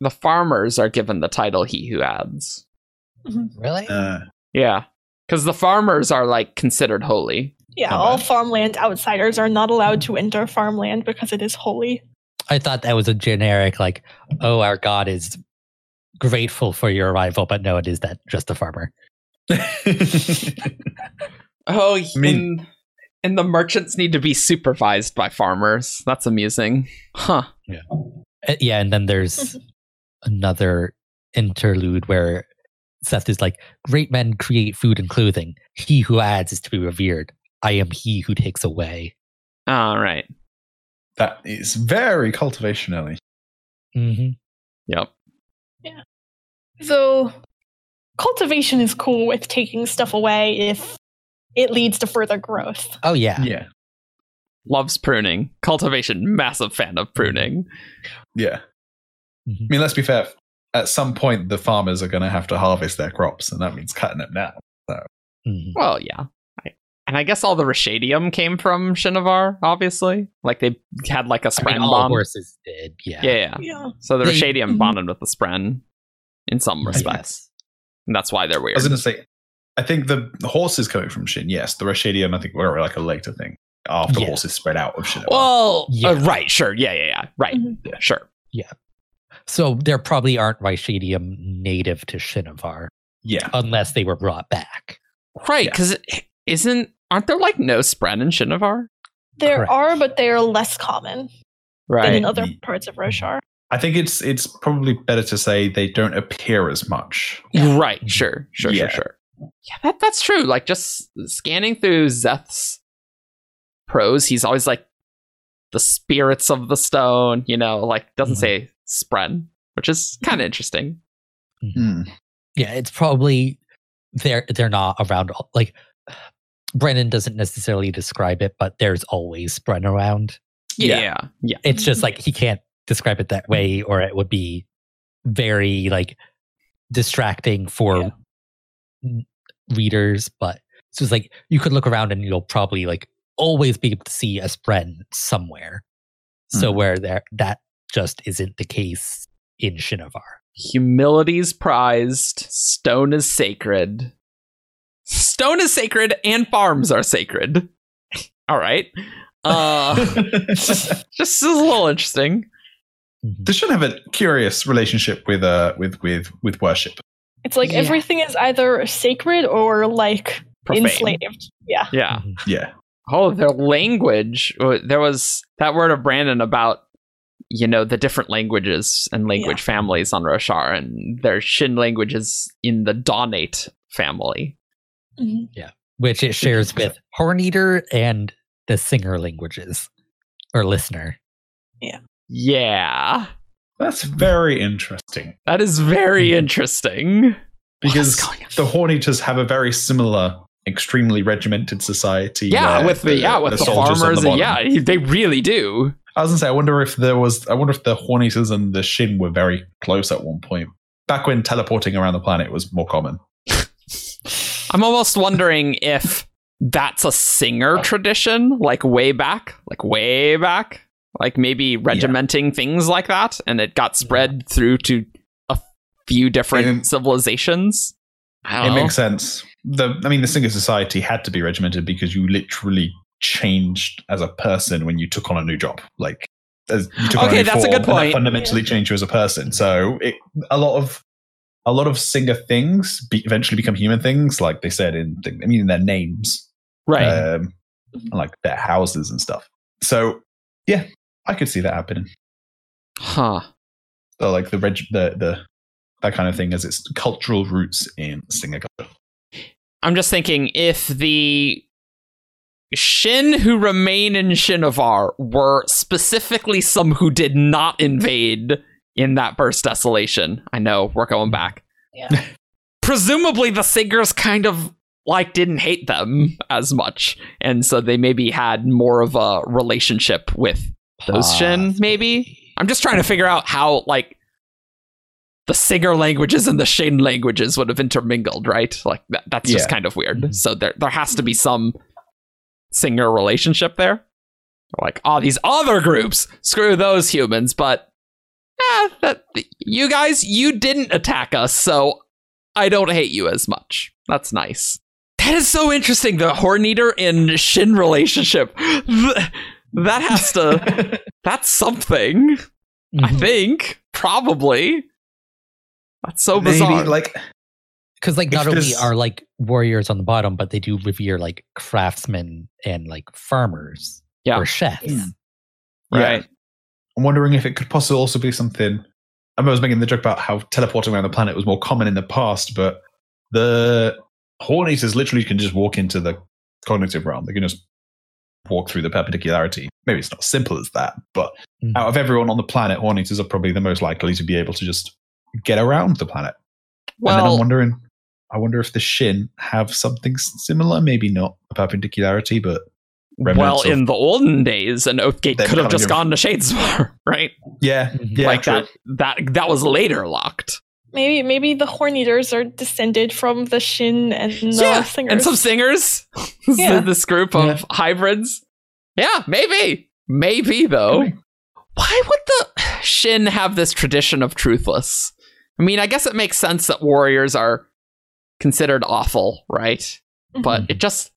S1: the farmers are given the title "He Who Adds."
S2: Really?
S3: uh,
S1: Yeah, because the farmers are like considered holy.
S4: Yeah,
S3: Not
S4: all
S3: bad.
S4: farmland outsiders are not allowed to enter farmland because it is holy.
S2: I thought that was a generic, like, oh, our God is grateful for your arrival, but no, it is that just a farmer.
S1: Oh, y-
S3: I mean-
S1: and, and the merchants need to be supervised by farmers. That's amusing, huh?
S2: Uh, yeah, and then there's another interlude where Seth is like, great men create food and clothing. He who adds is to be revered. I am he who takes away.
S1: All right.
S3: that is very cultivationally.
S2: Mm-hmm.
S1: Yep.
S4: So, cultivation is cool with taking stuff away if it leads to further growth.
S2: Oh, yeah.
S3: Yeah.
S1: Loves pruning. Cultivation, massive fan of pruning.
S3: Yeah.
S2: Mhm.
S3: I mean, let's be fair. At some point, the farmers are going to have to harvest their crops, and that means cutting them down.
S2: Mhm.
S1: Well, yeah. I, and I guess all the Rashadium came from Shinovar, obviously. Like they had like a
S2: I mean,
S1: Spren
S2: all
S1: bond.
S2: horses did. Yeah.
S1: Yeah, yeah.
S4: Yeah.
S1: So the
S2: They-
S1: Rashadium bonded with the Spren in some
S2: Yes.
S1: respects. And that's why they're
S3: I
S1: weird.
S3: was going to say, I think the, the horse is coming from Shin. Yes, the Rashadium. I think we're like a later thing after
S2: Yeah.
S3: horses spread out of Shin.
S1: Well,
S2: Yeah.
S1: uh, right, sure. Yeah, yeah, yeah. Right,
S4: Mhm.
S1: sure.
S2: So there probably aren't Rhyshadium native to Shinovar
S3: yeah,
S2: unless they were brought back.
S1: Right,
S3: Yeah.
S1: because isn't aren't there like no Spren in Shinovar?
S4: There
S2: Correct.
S4: are, but they are less common than
S1: Right.
S4: in other parts of Roshar.
S3: I think it's it's probably better to say they don't appear as much.
S1: Right, sure, sure,
S3: Yeah.
S1: sure, sure. Yeah, that that's true. Like just scanning through Zeth's prose, he's always like the spirits of the stone, you know, like doesn't
S3: Mm-hmm.
S2: Mhm.
S1: say Spren, which is kind of interesting.
S3: Hmm.
S2: Yeah, it's probably they're they're not around. all- Like Brennan doesn't necessarily describe it, but there's always Bren around.
S1: Yeah,
S3: Yeah.
S1: yeah.
S2: It's just like he can't describe it that way, or it would be very like distracting for n- readers. But so it's like you could look around and you'll probably like always be able to see a Bren somewhere. So
S3: Mhm.
S1: Mm-hmm.
S2: where there that just isn't the case in Shinovar.
S1: Humility's prized. Stone is sacred. Stone is sacred, and farms are sacred. All right. Uh,
S3: this
S1: just a little interesting.
S2: Mm-hmm.
S3: should have a curious relationship with uh with with with worship.
S4: It's like
S2: Yeah.
S4: everything is either sacred or like
S1: Profane.
S4: enslaved. Yeah.
S1: Yeah.
S2: Mhm.
S3: Yeah,
S1: Oh, their language. Uh, There was that word of Brandon about you know the different languages and language families on Roshar, and their Shin language is in the Donate family.
S4: Mhm.
S2: Which it shares with Horn Eater and the Singer languages or listener.
S1: Yeah,
S3: that's very interesting
S1: that is very
S2: Mhm.
S1: interesting. What is
S3: Mm-hmm. because
S1: going on?
S3: the Horn Eaters have a very similar, extremely regimented society.
S1: yeah,
S3: where
S1: with the, yeah with the,
S3: soldiers on
S1: farmers,
S3: the
S1: and
S3: bottom-
S1: yeah, they really do.
S3: I was gonna say, I wonder if there was, I wonder if the Horneaters and the Shin were very close at one point. Back when teleporting around the planet was more common.
S1: I'm almost wondering if that's a singer tradition, like way back, like way back, like maybe regimenting things like that, and it got spread through to a few different
S3: And-
S1: civilizations. I
S3: It
S1: don't know.
S3: makes sense. The, I mean, the Singer Society had to be regimented because you literally changed as a person when you took on a new job. Like, as you took on
S1: Okay,
S3: new
S1: that's a
S3: form,
S1: good
S3: and that
S1: point.
S3: fundamentally changed you as a person. So, it, a lot of a lot of Singer things be, eventually become human things, like they said in. I mean, in their names
S1: right.
S3: um, and, like their houses and stuff. So yeah, I could see that happening.
S1: huh.
S3: Or, like the reg, the the that kind of thing as its cultural roots in singer culture.
S1: I'm just thinking if the Shin who remain in Shinovar were specifically some who did not invade in that burst desolation. I know we're going back.
S4: Yeah.
S1: Presumably the Singers kind of like didn't hate them as much, and so they maybe had more of a relationship with
S2: Ah,
S1: those Shin. Maybe I'm just trying to figure out how like the Singer languages and the Shin languages would have intermingled, right? Like that, that's just
S3: Yeah.
S1: kind of weird.
S2: Mhm.
S1: So there there has to be some Singer relationship there. Like all these other groups, screw those humans, but eh, that you guys you didn't attack us, so I don't hate you as much. That's nice. That is so interesting. The Horn Eater and Shin relationship. That has to. That's something,
S3: Mm-hmm.
S1: I
S2: Mhm.
S1: think. Probably. That's so
S3: Maybe,
S1: bizarre.
S3: like
S2: because like
S3: If
S2: not only
S3: this-
S2: are like warriors on the bottom, but they do revere like craftsmen and like farmers
S1: Yeah.
S2: or chefs.
S4: Yeah.
S1: right.
S3: I'm wondering if it could possibly also be something. I, mean, I was making the joke about how teleporting around the planet was more common in the past, but the Horn Eaters literally can just walk into the cognitive realm. They can just walk through the perpendicularity. Maybe it's not simple as that, but
S1: Hmm.
S2: Mhm.
S3: out of everyone on the planet, Horn Eaters are probably the most likely to be able to just get around the planet. and then I'm
S1: Well,
S3: wondering, I wonder if the Shin have something s- similar. Maybe not a perpendicularity, but remnants
S1: well,
S3: of-
S1: in the olden days, an Oathgate
S3: They're
S1: could have
S3: kind
S1: just
S3: of-
S1: gone to Shadesmar, right?
S3: yeah,
S2: Mhm.
S3: yeah,
S1: like
S3: true.
S1: that. That that was later locked.
S4: Maybe maybe the Horn Eaters are descended from the Shin and the
S1: Yeah,
S4: singers.
S1: And some singers.
S4: Yeah.
S1: this group of hybrids. Yeah, maybe. Maybe though.
S3: Maybe.
S1: Why would the Shin have this tradition of truthless? I mean, I guess it makes sense that warriors are considered awful, right?
S4: Mm-hmm.
S1: But
S3: Mm-hmm.
S1: it just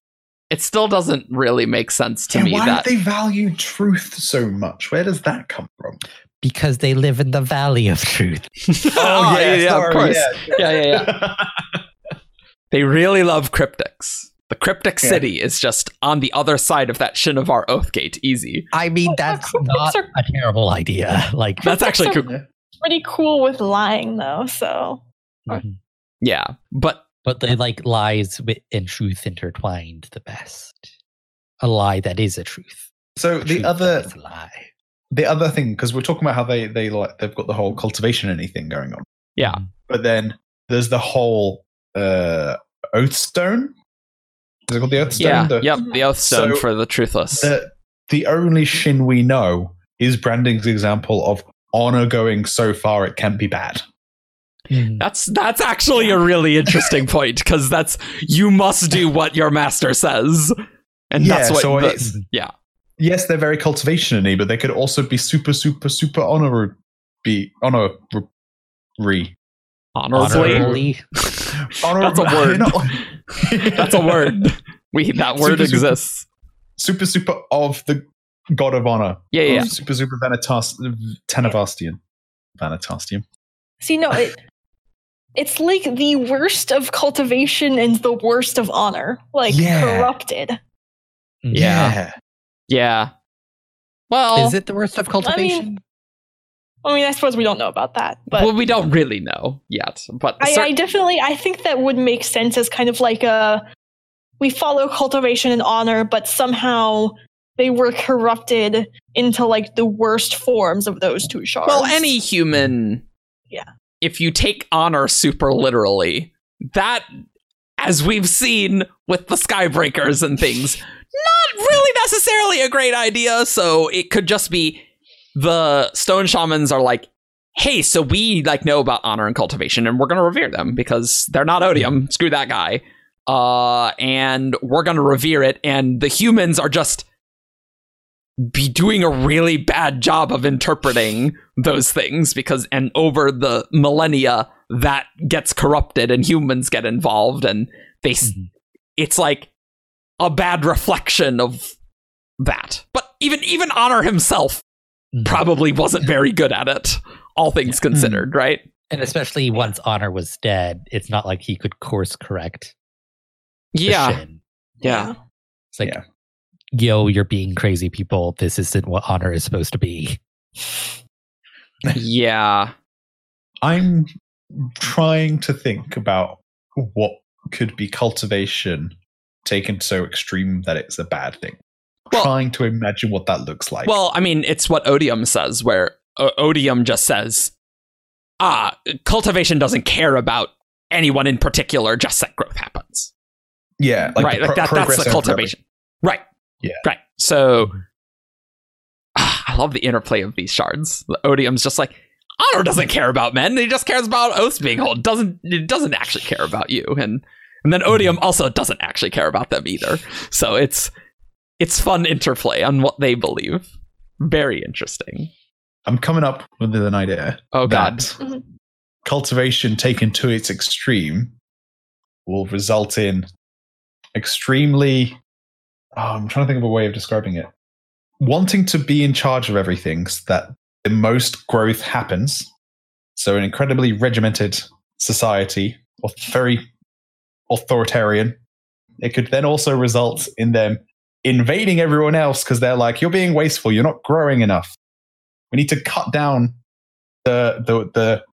S1: it still doesn't really make sense to
S3: Yeah,
S1: me
S3: why
S1: that
S3: do they value truth so much? Where does that come from?
S2: because they live in the valley of truth.
S1: Oh, yeah, yeah,
S3: sorry,
S1: of course.
S3: yeah.
S1: yeah, yeah, yeah. They really love cryptics. The cryptic
S3: Yeah.
S1: city is just on the other side of that Shinovar Oathgate. Easy.
S2: I mean,
S4: Oh, yeah,
S2: that's
S4: cryptics
S2: not
S4: are-
S2: a terrible idea. Like,
S1: That's actually
S4: Cryptics
S1: cool.
S4: Pretty cool with lying though, so
S2: mhm.
S1: Yeah, but
S2: but they like lies with and truth intertwined the best. A lie that is a truth.
S3: So
S2: A
S3: the
S2: truth
S3: other
S2: that is a lie.
S3: the other thing, because we're talking about how they they like they've got the whole cultivation and anything going on.
S1: Yeah.
S3: But then there's the whole uh Oathstone. Is it called the Oathstone?
S1: yeah,
S3: The-
S1: yep, the Oathstone
S3: So,
S1: for the truthless.
S3: The the only Shin we know is Branding's example of honor going so far it can be bad.
S2: Mhm.
S1: That's that's actually a really interesting point because that's you must do what your master says, and that's
S3: Yeah,
S1: what.
S3: so
S1: the-
S3: it's-
S1: yeah,
S3: Yes, they're very cultivationy, but they could also be super, super, super honor be honor re
S1: honorably,
S2: Honorably.
S3: honor.
S1: That's a word. that's a word. We that word
S3: Super, super.
S1: exists.
S3: super, super of the god of honor.
S1: Yeah, yeah. yeah.
S3: Super, super Vanitas Tanavastian. Vanatastian.
S4: see no it it's like the worst of cultivation and the worst of honor. Like
S3: Yeah.
S4: corrupted.
S2: Mm-hmm.
S1: Yeah. Yeah. Well,
S2: Is it the worst of cultivation?
S4: I mean I suppose we don't know about that, but
S1: well, we don't really know yet, but
S4: I,
S1: cer-
S4: I definitely I think that would make sense as kind of like a we follow cultivation and honor, but somehow they were corrupted into like the worst forms of those two shards.
S1: well, any human,
S4: Yeah.
S1: If you take honor super literally, that, as we've seen with the Skybreakers and things, not really necessarily a great idea. So it could just be the stone shamans are like. Hey, so we like know about honor and cultivation, and we're gonna revere them because they're not odium. Screw that guy. uh, and we're gonna revere it. And the humans are just be doing a really bad job of interpreting those things because, and over the millennia, that gets corrupted and humans get involved, and they s
S2: Mhm.
S1: it's like a bad reflection of that. But even even Honor himself
S2: Mhm.
S1: probably wasn't very good at it, all things considered, right?
S2: And especially once Honor was dead, it's not like he could course correct. the Shin.
S1: yeah,
S2: It's like,
S3: Yeah.
S2: yo, you're being crazy, people. This isn't what honor is supposed to be.
S1: yeah, yeah.
S3: I'm trying to think about what could be cultivation taken so extreme that it's a bad thing.
S1: Well-
S3: trying to imagine what that looks like.
S1: Well, I mean, it's what Odium says, where o- Odium just says, ah, cultivation doesn't care about anyone in particular, just that growth happens.
S3: yeah, like
S1: right?
S3: pro-
S1: like that, that's
S3: progress
S1: the
S3: over
S1: cultivation. Right.
S3: Yeah.
S1: Right. So ah, I love the interplay of these shards. The Odium's just like, Honor doesn't care about men. He just cares about oaths being held. Doesn't it doesn't actually care about you. And and then Odium also doesn't actually care about them either. So it's it's fun interplay on what they believe. Very interesting.
S3: I'm coming up with an idea.
S1: Oh god.
S4: Mhm.
S3: cultivation taken to its extreme will result in extremely. Oh, I'm trying to think of a way of describing it. Wanting to be in charge of everything so that the most growth happens. So, an incredibly regimented society, or very authoritarian. It could then also result in them invading everyone else because they're like, you're being wasteful, you're not growing enough. We need to cut down the, the, the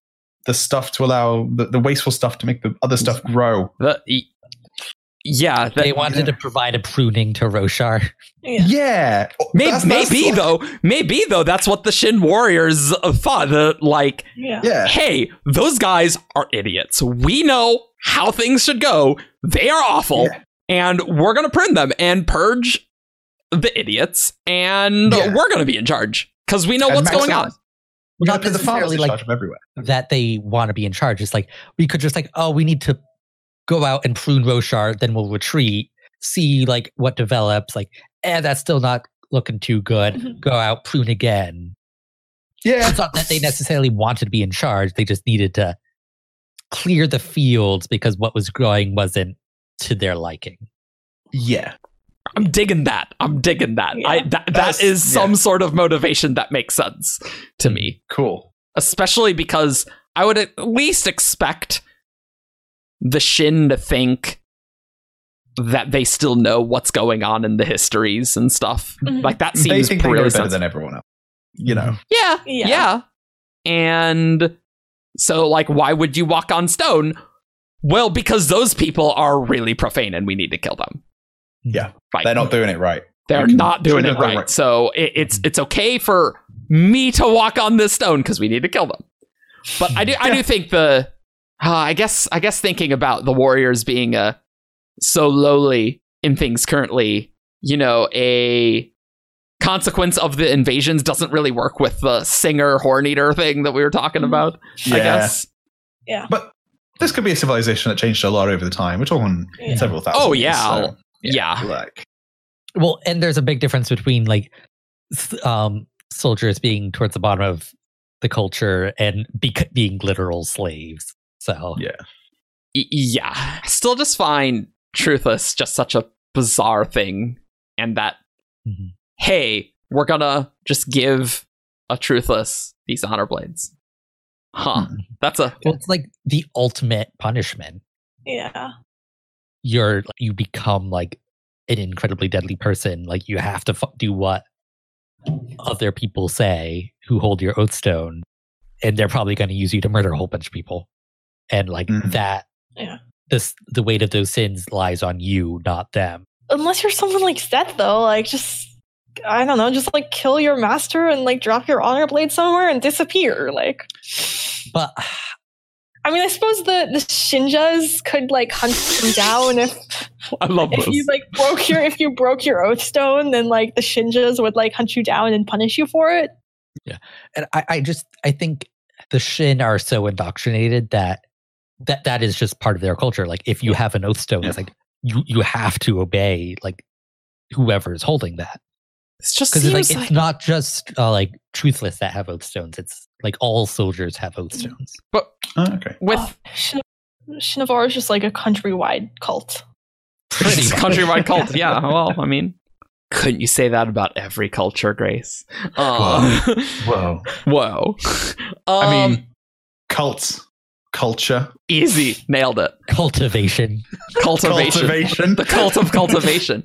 S3: the stuff to allow the, the wasteful stuff to make the other stuff grow.
S1: The y- yeah, the-
S2: they wanted to provide a pruning to Roshar.
S4: Yeah.
S3: Yeah.
S1: may,
S3: That's- that's-
S1: maybe though, maybe though, that's what the Shin Warriors uh, thought. The, like,
S4: Yeah.
S3: Yeah.
S1: hey, those guys are idiots. We know how things should go. They are awful,
S3: Yeah.
S1: and we're gonna print them and purge the idiots, and
S3: Yeah.
S1: we're gonna be in charge because we know
S3: And
S1: what's going
S3: maximize.
S1: on.
S3: We're gonna
S2: Not
S3: put the farmers
S2: necessarily,
S3: in
S2: like-
S3: charge of everywhere.
S2: That they want to be in charge. It's like we could just like, oh, we need to go out and prune Roshar, then we'll retreat, see like what develops. Like, eh, that's still not looking too good.
S4: Mhm.
S2: go out, prune again.
S3: Yeah.
S2: It's not that they necessarily wanted to be in charge. They just needed to clear the fields because what was growing wasn't to their liking.
S3: Yeah.
S1: I'm digging that. I'm digging that.
S4: Yeah.
S1: I that, that
S3: That's-
S1: is some
S3: yeah.
S1: sort of motivation that makes sense to me,
S3: Cool.
S1: especially because I would at least expect the Shin to think that they still know what's going on in the histories and stuff.
S4: Mhm.
S1: Like that
S3: they
S1: seems
S3: think they know
S1: really
S3: better
S1: sensible.
S3: than everyone else. You know.
S1: Yeah, yeah.
S4: Yeah.
S1: And so, like, why would you walk on stone? Well, because those people are really profane and we need to kill them.
S3: Yeah.
S1: Right.
S3: They're not doing it right.
S1: They're
S3: you
S1: not doing
S3: treat
S1: it
S3: them
S1: right.
S3: right.
S1: So it, it's it's okay for me to walk on this stone because we need to kill them. But I do I do think the uh, I guess I guess thinking about the warriors being uh, so lowly in things currently, you know, a consequence of the invasions doesn't really work with the singer horn eater thing that we were talking about. I guess.
S3: This could be a civilization that changed a lot over the time. We're talking
S4: Yeah.
S3: several thousand.
S1: Oh,
S3: years,
S1: yeah.
S3: so,
S1: Yeah.
S3: Like,
S2: Well, and there's a big difference between like s- um, soldiers being towards the bottom of the culture and bec- being literal slaves. So
S3: Yeah.
S1: Y- yeah I still just find truthless just such a bizarre thing and that
S2: Mhm.
S1: hey we're gonna just give a truthless these honor blades huh
S3: Hmm.
S1: that's a
S2: well, it's like the ultimate punishment.
S4: Yeah.
S2: You're you become like an incredibly deadly person. Like you have to f- do what other people say who hold your oath stone, and they're probably going to use you to murder a whole bunch of people. And like
S3: Mhm.
S2: that,
S4: Yeah.
S2: this the weight of those sins lies on you, not them.
S4: Unless you're someone like Seth, though, like just I don't know, just like kill your master and like drop your honor blade somewhere and disappear. Like,
S2: But
S4: I mean, I suppose the the Shinjas could like hunt him down if
S1: i love
S4: if you like broke your if you broke your oath stone, then like the Shinjas would like hunt you down and punish you for it.
S2: and I, I just I think the Shin are so indoctrinated that that that is just part of their culture. Like if you have an oath stone, it's like you you have to obey like whoever is holding that
S1: it's just
S2: because it's like
S1: seems
S2: it's
S1: like,
S2: not just uh, like truthless that have oath stones. It's like all soldiers have oath stones.
S3: oh, okay.
S1: with
S4: Uh, Shin- Shinovar is just like a countrywide cult.
S2: pretty
S1: it's
S2: much.
S1: countrywide cult yeah well i mean couldn't you say that about every culture grace uh,
S3: Whoa.
S1: whoa um,
S3: I mean, cults, culture,
S1: easy nailed it
S2: Cultivation.
S1: cultivation
S3: cultivation.
S1: the cult of cultivation.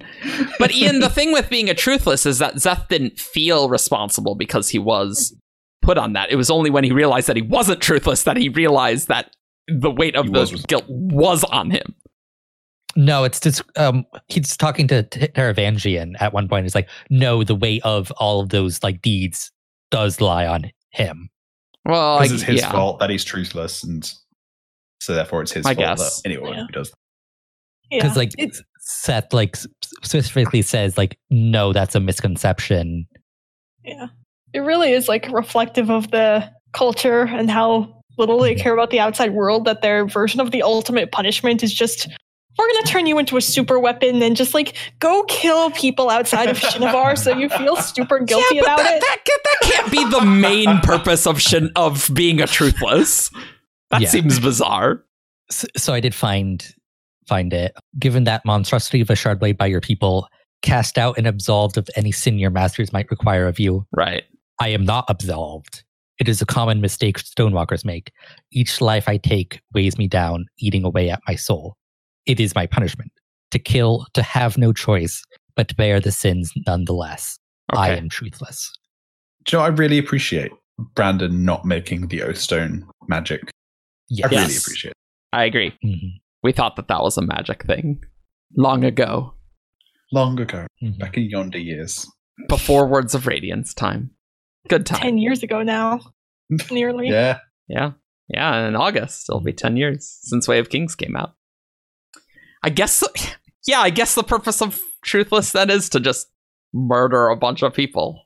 S1: But Ian, the thing with being a truthless is that Zeth didn't feel responsible because he was put on that. It was only when he realized that he wasn't truthless that he realized that the weight of
S3: He
S1: the
S3: was responsible.
S1: guilt was on him.
S2: No, it's just um he's talking to T- Taravangian at one point. It's like no, the weight of all of those like deeds does lie on him.
S1: Well,
S3: Because it's his
S1: yeah.
S3: fault that he's truthless, and so therefore it's his
S1: I
S3: fault
S1: guess.
S3: that anyone
S4: Yeah.
S3: who does.
S4: Yeah,
S2: because like
S4: it's
S2: Seth like s- specifically says like no that's a misconception
S4: it really is like reflective of the culture and how little they care about the outside world that their version of the ultimate punishment is just we're gonna turn you into a super weapon and just like go kill people outside of Shinovar so you feel super guilty
S1: yeah, but
S4: about
S1: that,
S4: it.
S1: That, ca- that can't be the main purpose of shin- of being a truthless. That
S2: Yeah.
S1: seems bizarre.
S2: S- so I did find find it given that monstrosity of a shard blade by your people cast out and absolved of any sin your masters might require of you
S1: Right.
S2: I am not absolved it is a common mistake stonewalkers make each life I take weighs me down eating away at my soul it is my punishment to kill to have no choice but to bear the sins nonetheless I
S1: Okay.
S2: am truthless
S3: Do you know, what I really appreciate Brandon not making the Oathstone magic. I
S2: yes
S3: really
S1: Yes.
S3: appreciate it.
S1: I agree.
S2: Mhm,
S1: We thought that that was a magic thing long ago,
S3: Long ago,
S2: mhm.
S3: back in yonder years.
S1: before Words of Radiance time. Good time.
S4: Ten years ago now, nearly.
S3: Yeah.
S1: Yeah. Yeah. In August, it'll be 10 years since Way of Kings came out. I guess, yeah, I guess the purpose of Truthless then is to just murder a bunch of people.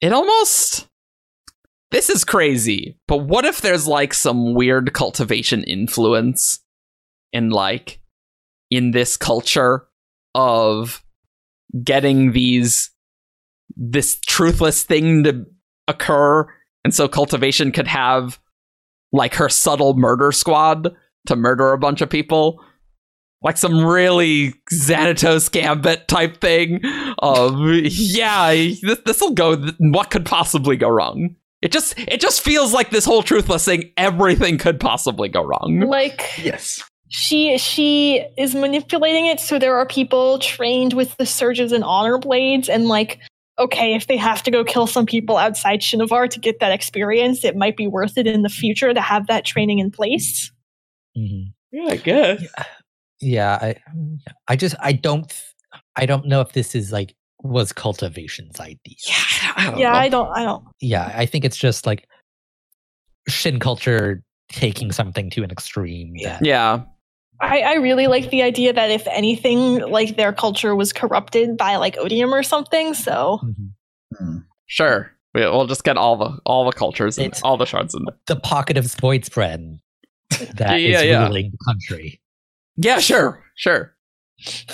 S1: It almost. This is crazy, but what if there's like some weird cultivation influence in like in this culture of getting these this truthless thing to occur and so cultivation could have like her subtle murder squad to murder a bunch of people. Like some really Xanatos Gambit type thing. Um, yeah, this this'll go. What could possibly go wrong? It just it just feels like this whole truthless thing. Everything could possibly go wrong.
S4: Like
S3: Yes.
S4: she she is manipulating it so there are people trained with the surges and honor blades and like okay if they have to go kill some people outside Shinovar to get that experience it might be worth it in the future to have that training in place
S2: Mhm.
S1: Yeah, I guess.
S2: Yeah, I,
S1: Um,
S2: I just I don't, th- I don't know if this is like was cultivation's idea.
S1: Yeah, I don't
S4: yeah
S1: know.
S4: i don't i don't
S2: yeah, I think it's just like shin culture taking something to an extreme.
S1: yeah.
S2: That,
S4: I, I really like the idea that if anything like their culture was corrupted by like odium or something so
S1: Mm-hmm.
S2: Mhm.
S1: sure. We- We'll just get all the all the cultures and
S2: It's-
S1: all the shards in there.
S2: The pocket of Spoitsbren that is
S1: Yeah, yeah.
S2: ruling the country.
S1: Yeah, sure, sure.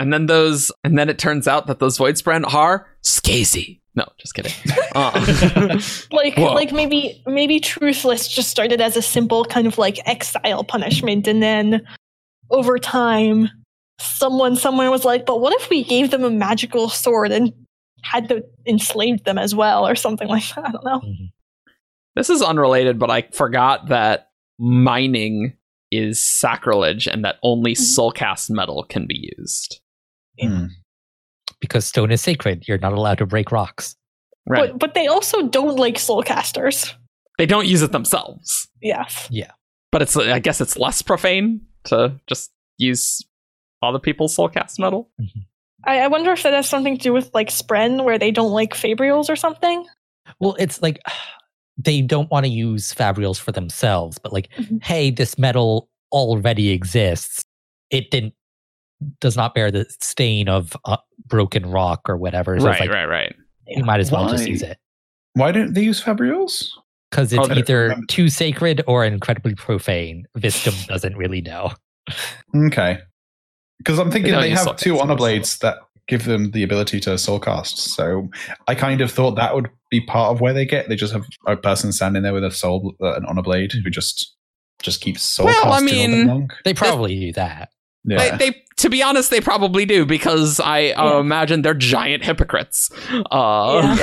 S1: and then those, and then it turns out that those void brand are scazy. No, just kidding. Uh,
S3: Hmm.
S4: like
S1: Whoa.
S4: like maybe maybe truthless just started as a simple kind of like exile punishment and then over time someone somewhere was like but what if we gave them a magical sword and had to enslaved them as well or something like that i don't know
S2: Mhm.
S1: this is unrelated, but I forgot that mining is sacrilege, and that only
S4: Mhm.
S1: soulcast metal can be used.
S3: Hmm.
S2: Because stone is sacred, you're not allowed to break rocks.
S1: Right?
S4: but but they also don't like soulcasters
S1: they don't use it themselves,
S4: yes
S1: but it's I guess it's less profane to just use other people's soulcast metal.
S4: I, I wonder if that has something to do with like spren where they don't like fabrials or something
S2: Well, it's like they don't want to use fabrials for themselves, but like,
S4: Mhm.
S2: hey, this metal already exists. It didn't does not bear the stain of uh, broken rock or whatever. So it's like
S1: right, right.
S2: you might as well just
S3: Why?
S2: use it.
S3: Why don't they use fabrioles?
S2: because
S1: Oh,
S2: it's
S1: that it
S2: either
S3: remembers-
S2: too sacred or incredibly profane. Viscum doesn't really know.
S3: Okay. Because I'm thinking
S1: don't
S3: they
S1: use
S3: have
S1: sockets,
S3: two
S1: so
S3: honor
S1: it's-
S3: blades that give them the ability to soul cast. So I kind of thought that would be part of where they get. They just have a person standing there with a soul, uh, an honor blade, who just just keeps soul
S1: Well, I
S3: casting all day
S1: mean-
S3: long.
S2: They probably do that.
S3: Yeah.
S1: They, they, to be honest, they probably do because I uh,
S4: Yeah.
S1: imagine they're giant hypocrites. Uh,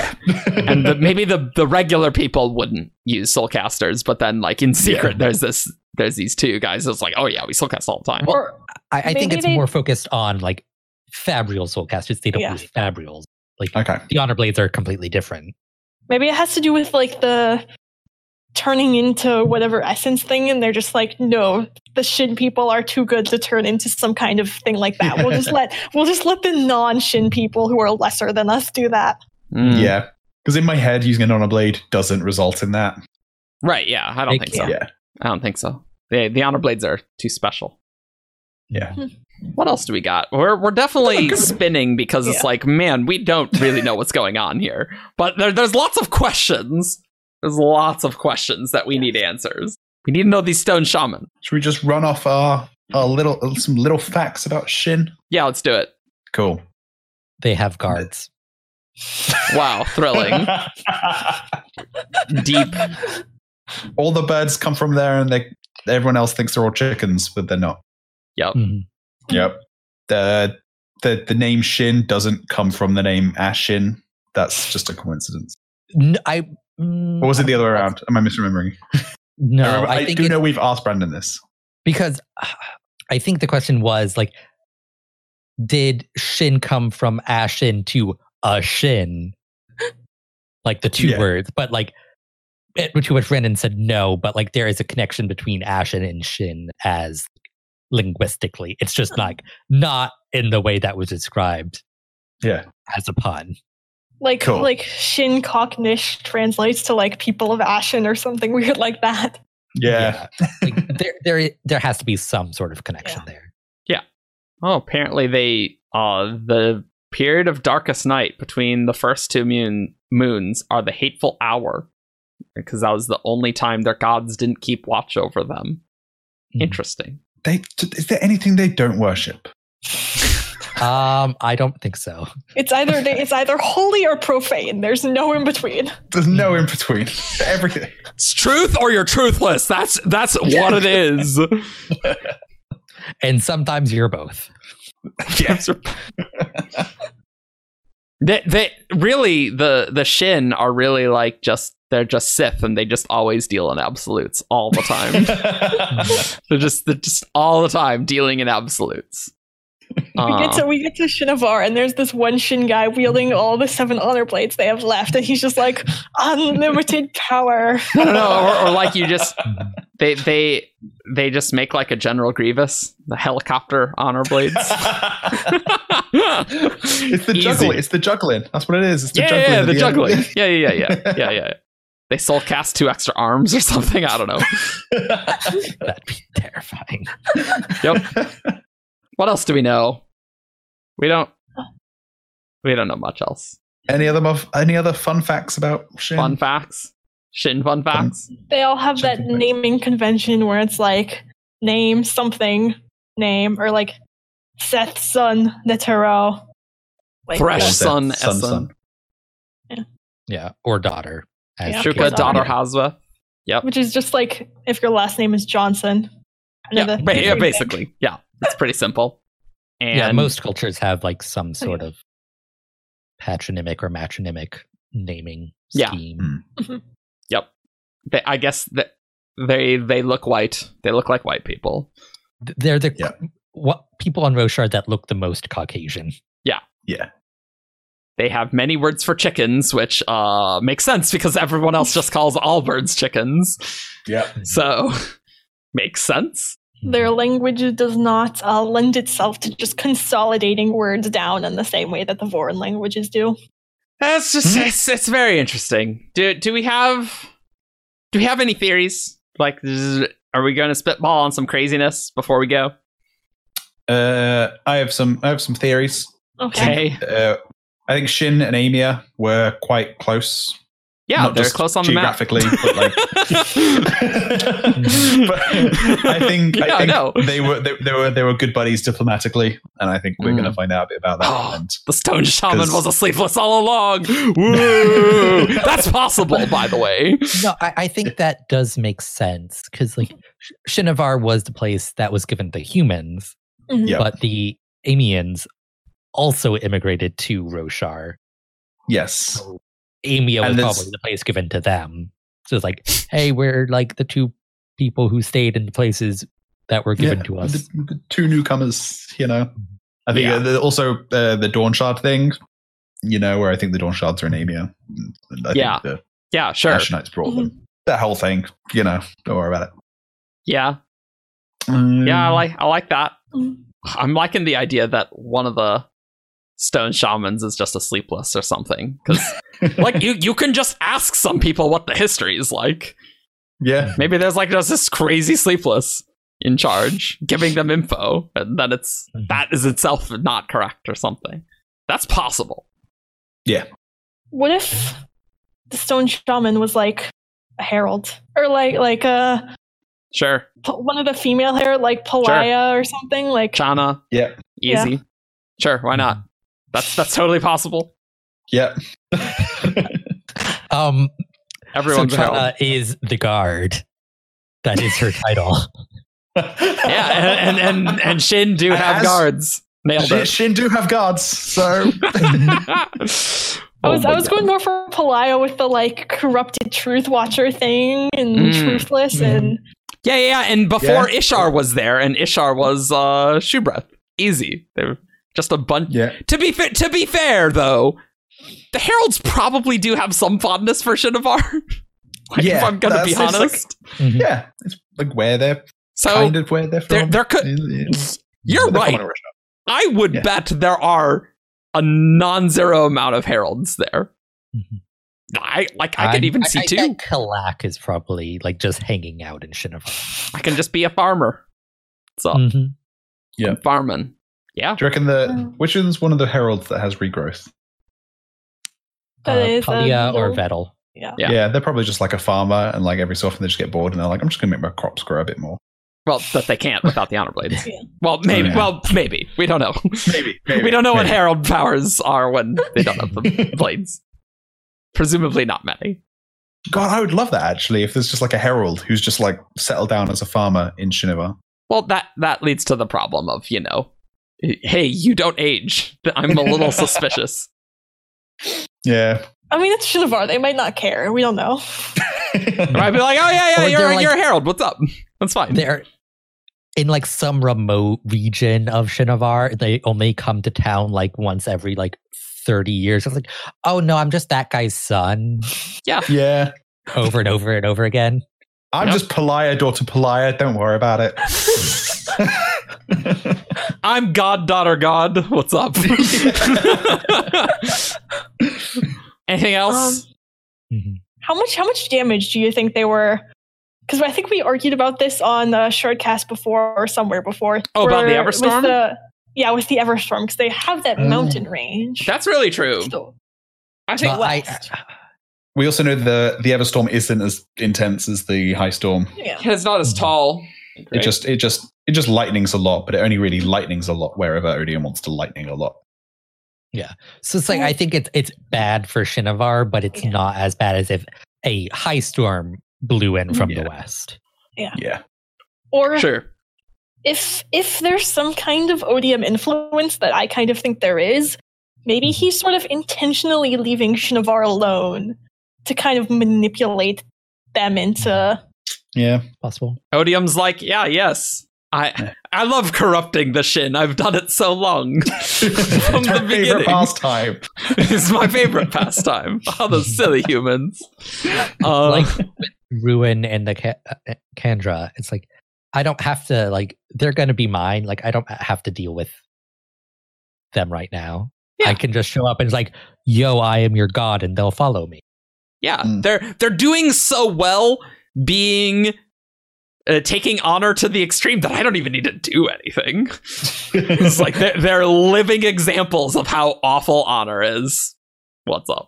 S1: and the, maybe the the regular people wouldn't use soulcasters, but then like in secret, there's this there's these two guys. It's like, oh yeah, we soulcast all the time.
S4: or
S2: I, I think
S4: Maybe
S2: it's
S4: they-
S2: more focused on like fabrial soulcasters. They don't
S4: Yeah.
S2: use fabrials.
S3: okay.
S2: The honor blades are completely different.
S4: Maybe it has to do with like the turning into whatever essence thing, and they're just like, no, the Shin people are too good to turn into some kind of thing like that. We'll just let we'll just let the non Shin people who are lesser than us do that.
S1: Mm.
S3: Yeah. Because in my head, using an honor blade doesn't result in that.
S1: right. Yeah, I don't
S2: They
S1: think so.
S3: Yeah.
S1: I don't think so. The the honor blades are too special.
S3: Yeah.
S1: What else do we got? We're we're definitely spinning because it's
S4: Yeah.
S1: like, man, we don't really know what's going on here. But there, there's lots of questions. There's lots of questions that we need answers. We need to know these stone shaman.
S3: Should we just run off our, our little uh, some little facts about Shin?
S1: Yeah, let's do it.
S3: Cool.
S2: They have guards.
S1: Wow, thrilling, deep.
S3: all the birds come from there, and they everyone else thinks they're all chickens, but they're not.
S1: Yep.
S2: Mhm.
S3: Yep. The the the name Shin doesn't come from the name Ashin. That's just a coincidence.
S2: N- I. mm,
S3: Or was it the other way around? Am I misremembering? I,
S2: No,
S3: remember-
S2: I,
S3: I
S2: think
S3: do
S2: it's
S3: know we've asked Brandon this.
S2: because uh, I think the question was like, did Shin come from Ashin to a Shin, like the two
S3: Yeah.
S2: words? But like, eh, it, to which Brandon said no. But like, there is a connection between Ashin and Shin as linguistically. It's
S3: Hmm.
S2: just like not in the way that was described
S3: Yeah.
S2: as a pun.
S4: Like
S3: Cool.
S4: like Shin Cocknish translates to like people of Ashen or something weird like that.
S3: Yeah.
S2: like, there, there, i- there has to be some sort of connection there.
S1: Oh, apparently they uh the period of darkest night between the first two moon moons are the hateful hour because that was the only time their gods didn't keep watch over them.
S2: Mhm.
S1: Interesting.
S3: They, is there anything they don't worship?
S2: Um, I don't think so.
S4: It's either it's either holy or profane. There's no in between.
S3: There's no in between. Everything.
S1: It's truth or you're truthless. That's that's what it is.
S2: And sometimes you're both.
S1: Yes. they, they really the the Shin are really like just they're just Sith and they just always deal in absolutes all the time. they're just they're just all the time dealing in absolutes.
S4: We get
S1: Uh,
S4: to we get to Shinovar, and there's this one Shin guy wielding all the seven honor blades they have left, and he's just like unlimited power.
S1: I don't know, or, or like you just they they they just make like a General Grievous, the helicopter honor blades.
S3: it's the
S1: Easy.
S3: juggling. It's the juggling. That's what it is. It's the
S1: yeah,
S3: juggling.
S1: yeah,
S3: at
S1: the
S3: end.
S1: juggling. Yeah, yeah, yeah, yeah, yeah, yeah. They soul cast two extra arms or something. I don't know.
S2: That'd be terrifying.
S1: What else do we know? We don't. We don't know much else.
S3: any other muff- any other fun facts about Shin?
S1: Fun facts. Shin fun facts.
S4: They all have that
S3: Something like-
S4: naming convention where it's like name something name or like Seth's son Netero. Like
S1: Thresh
S4: that.
S1: son, Essen.
S2: Yeah, or daughter. as
S4: Yeah.
S2: the
S1: Shuka
S2: case
S1: daughter
S2: may be.
S1: Hazwa.
S4: which is just like if your last name is Johnson.
S1: Yeah,
S4: Another-
S1: ba- yeah, basically. Yeah, it's pretty simple. And
S2: yeah, most cultures have like some sort of patronymic or matronymic naming
S1: Yeah.
S2: scheme.
S3: Mm.
S1: they, I guess that they they look white. They look like white people.
S2: Th- They're the
S3: Yeah.
S2: what people on Roshar that look the most Caucasian.
S1: They have many words for chickens, which uh, makes sense because everyone else just calls all birds chickens.
S3: Yeah.
S1: So makes sense.
S4: Their language does not uh, lend itself to just consolidating words down in the same way that the foreign languages do.
S1: That's just
S3: Hmm.
S1: it's, it's very interesting. Do do we have do we have any theories? Like, zzz, are we going to spitball on some craziness before we go?
S3: Uh, I have some. I have some theories.
S4: Okay.
S1: Okay.
S3: Uh, I think Shin and Amia were quite close.
S1: Yeah,
S3: Not
S1: they're
S3: just
S1: close on the map.
S3: geographically, but like but I think
S1: Yeah, I
S3: I think
S1: know.
S3: they were they, they were they were good buddies diplomatically, and I think we're
S1: Mm.
S3: going to find out a bit about that.
S1: Oh.
S3: and
S1: The stone shaman
S3: 'Cause-
S1: was a sleepless all along. Woo! That's possible, by the way.
S2: No, I, I think that does make sense because like Sh- Shinovar was the place that was given to humans,
S4: Mhm.
S3: Yeah.
S2: but the Amians also immigrated to Roshar.
S3: yes,
S2: So Amia was
S3: And this-
S2: probably the place given to them. So it's like, hey, we're like the two people who stayed in the places that were given
S3: Yeah,
S2: to us.
S3: the- the two newcomers, you know. I think
S1: Yeah.
S3: uh, the- also uh, the Dawn Shard thing, you know, where I think the Dawn Shards are in Amia. I
S1: Yeah.
S3: think
S1: Yeah,
S3: the
S1: sure.
S3: Asher Knights brought them. That whole thing, you know. Don't worry about it.
S1: Yeah, yeah. I
S3: Um,
S1: like I like that.
S4: Mhm.
S1: I'm liking the idea that one of the stone shamans is just a sleepless or something. Because like you, you can just ask some people what the history is like.
S3: yeah,
S1: Maybe there's like just this crazy sleepless in charge, giving them info, and then it's that is itself not correct or something. That's possible.
S4: What if the stone shaman was like a herald or like like uh
S1: Sure.
S4: p- one of the female hair like Palaya or something like
S1: Chana.
S3: yeah,
S1: Easy. Sure, why not? That's that's totally possible.
S3: yeah.
S2: Um, so
S1: Everyone's a herald.
S2: Chana is the guard. That is her title.
S1: Yeah, and and, and, and Shin do
S3: And
S1: have
S3: as-
S1: guards. Nailed
S3: Shin,
S1: it.
S3: Shin do have guards, so
S4: I was I
S1: Oh,
S4: was going more for Palaya with the like corrupted truth watcher thing and
S1: Mm.
S4: truthless
S2: Mhm.
S4: and
S1: Yeah, yeah, yeah. And before Ishar was there, and Ishar was uh Shubra. Easy. They were just a bunch
S3: yeah.
S1: To be fa- to be fair though, the heralds probably do have some fondness for Shinovar. like, if
S3: Yeah,
S1: I'm gonna be
S3: that's- it's like-
S1: honest.
S2: Mhm.
S3: Yeah, it's like where they're
S1: so
S3: kind of where they're
S1: there
S3: from.
S1: there could You're
S3: They're
S1: right.
S3: from Russia.
S1: I would
S3: Yeah.
S1: bet there are a non-zero amount of heralds there.
S3: Mm-hmm.
S2: Mhm.
S1: I like I could
S2: I'm-
S1: even
S2: I-
S1: see
S2: I
S1: two.
S2: bet Kalak is probably like just hanging out in Shinovar.
S1: I can just be a farmer. So
S2: Mhm.
S3: Yeah.
S1: farming. Yeah.
S3: Do you reckon the which is one of the heralds that has regrowth?
S2: Uh,
S4: That is, uh,
S2: Palia or
S4: no.
S2: Vettel.
S4: yeah.
S1: Yeah.
S3: Yeah. they're probably just like a farmer, and like every so often they just get bored, and they're like, "I'm just gonna make my crops grow a bit more."
S1: Well, that they can't without the honor blades.
S4: Yeah.
S1: Well, maybe.
S3: yeah.
S1: Well, maybe we don't know.
S3: Maybe, maybe
S1: we don't know what
S3: maybe.
S1: herald powers are when they don't have the blades. Presumably not many.
S3: God, I would love that actually. If there's just like a herald who's just like settled down as a farmer in Shinovar.
S1: Well, that that leads to the problem of you know, hey, you don't age. I'm a little suspicious.
S3: Yeah,
S4: I mean, it's Shinovar. They might not care. We don't know.
S1: Or I'd be like, oh yeah, yeah,
S2: Or
S1: you're
S2: they're like-
S1: you're a herald. What's up? That's fine.
S2: They're in like some remote region of Shinovar. They only come to town like once every like 30 years. I was like, oh no, I'm just that guy's son
S3: yeah.
S2: over and over and over again.
S3: I'm
S1: Yep.
S3: just Peliah, daughter Peliah. Don't worry about it.
S1: I'm God, daughter, God. What's up? Anything
S4: Um,
S1: else?
S2: Mhm.
S4: How much? How much damage do you think they were? Because I think we argued about this on uh, Shardcast before or somewhere before.
S1: Oh, about the
S4: where-
S1: Everstorm?
S4: With the, yeah, with the Everstorm, because they have that
S3: Oh.
S4: mountain range.
S1: That's really true.
S4: So-
S1: I think
S2: But I-
S4: west.
S3: we also know the the Everstorm isn't as intense as the High Storm.
S4: yeah.
S1: it's not as tall.
S3: It just it just it just lightnings a lot, but it only really lightnings a lot wherever Odion wants to lightning a lot.
S2: So it's like I think it's it's bad for Shinovar, but it's
S4: Yeah.
S2: not as bad as if a high storm blew in from
S3: Yeah.
S2: the west.
S3: Yeah.
S4: Or
S1: sure.
S4: if if there's some kind of odium influence that I kind of think there is, maybe he's sort of intentionally leaving Shinovar alone to kind of manipulate them into
S3: Yeah.
S2: Possible.
S1: Odium's like, yeah, yes. I I love corrupting the shin. I've done it so long. From
S3: It's my
S1: the
S3: favorite
S1: beginning.
S3: pastime.
S1: it's my favorite pastime. Oh, those silly humans. Um,
S2: Like Ruin and the Ka- uh, Kandra, it's like I don't have to like they're gonna be mine. Like I don't have to deal with them right now.
S1: Yeah.
S2: I can just show up and it's like, yo, I am your god, and they'll follow me.
S1: yeah,
S3: Mm.
S1: they're they're doing so well being uh, taking honor to the extreme that I don't even need to do anything. it's like they're, they're living examples of how awful honor is. What's up?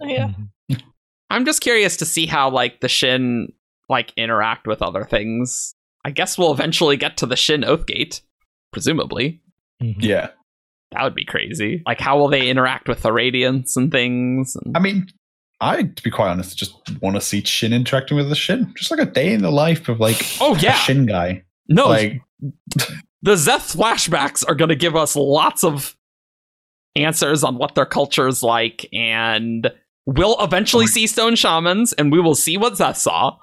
S4: yeah.
S2: Mhm.
S1: I'm just curious to see how like the Shin like interact with other things. I guess we'll eventually get to the Shin Oathgate, presumably.
S2: Mhm.
S3: Yeah.
S1: That would be crazy. Like, how will they interact with the Radiance and things? And-
S3: I mean, I to be quite honest, just want to see Shin interacting with the Shin. Just like a day in the life of like
S1: oh
S3: a
S1: yeah, Oh.
S3: Shin guy.
S1: no,
S3: like
S1: the Zeth flashbacks are going to give us lots of answers on what their culture is like, and we'll eventually see stone shamans, and we will see what Zeth saw,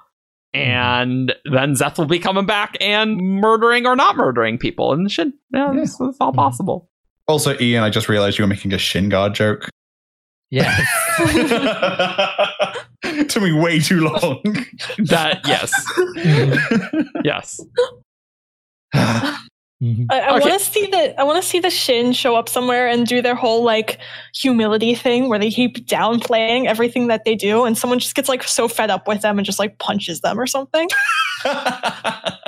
S1: and then Zeth will be coming back and murdering or not murdering people, and shit. Yeah,
S3: Yeah.
S1: It's, it's all possible.
S3: also Ian, I just realized you were making a Shin guard joke.
S2: Yeah.
S3: Took me way too long.
S1: That yes, yes.
S2: Mhm.
S4: I, I
S1: Okay.
S4: want to see the I want to see the Shin show up somewhere and do their whole like humility thing where they keep downplaying everything that they do, and someone just gets like so fed up with them and just like punches them or something.
S1: I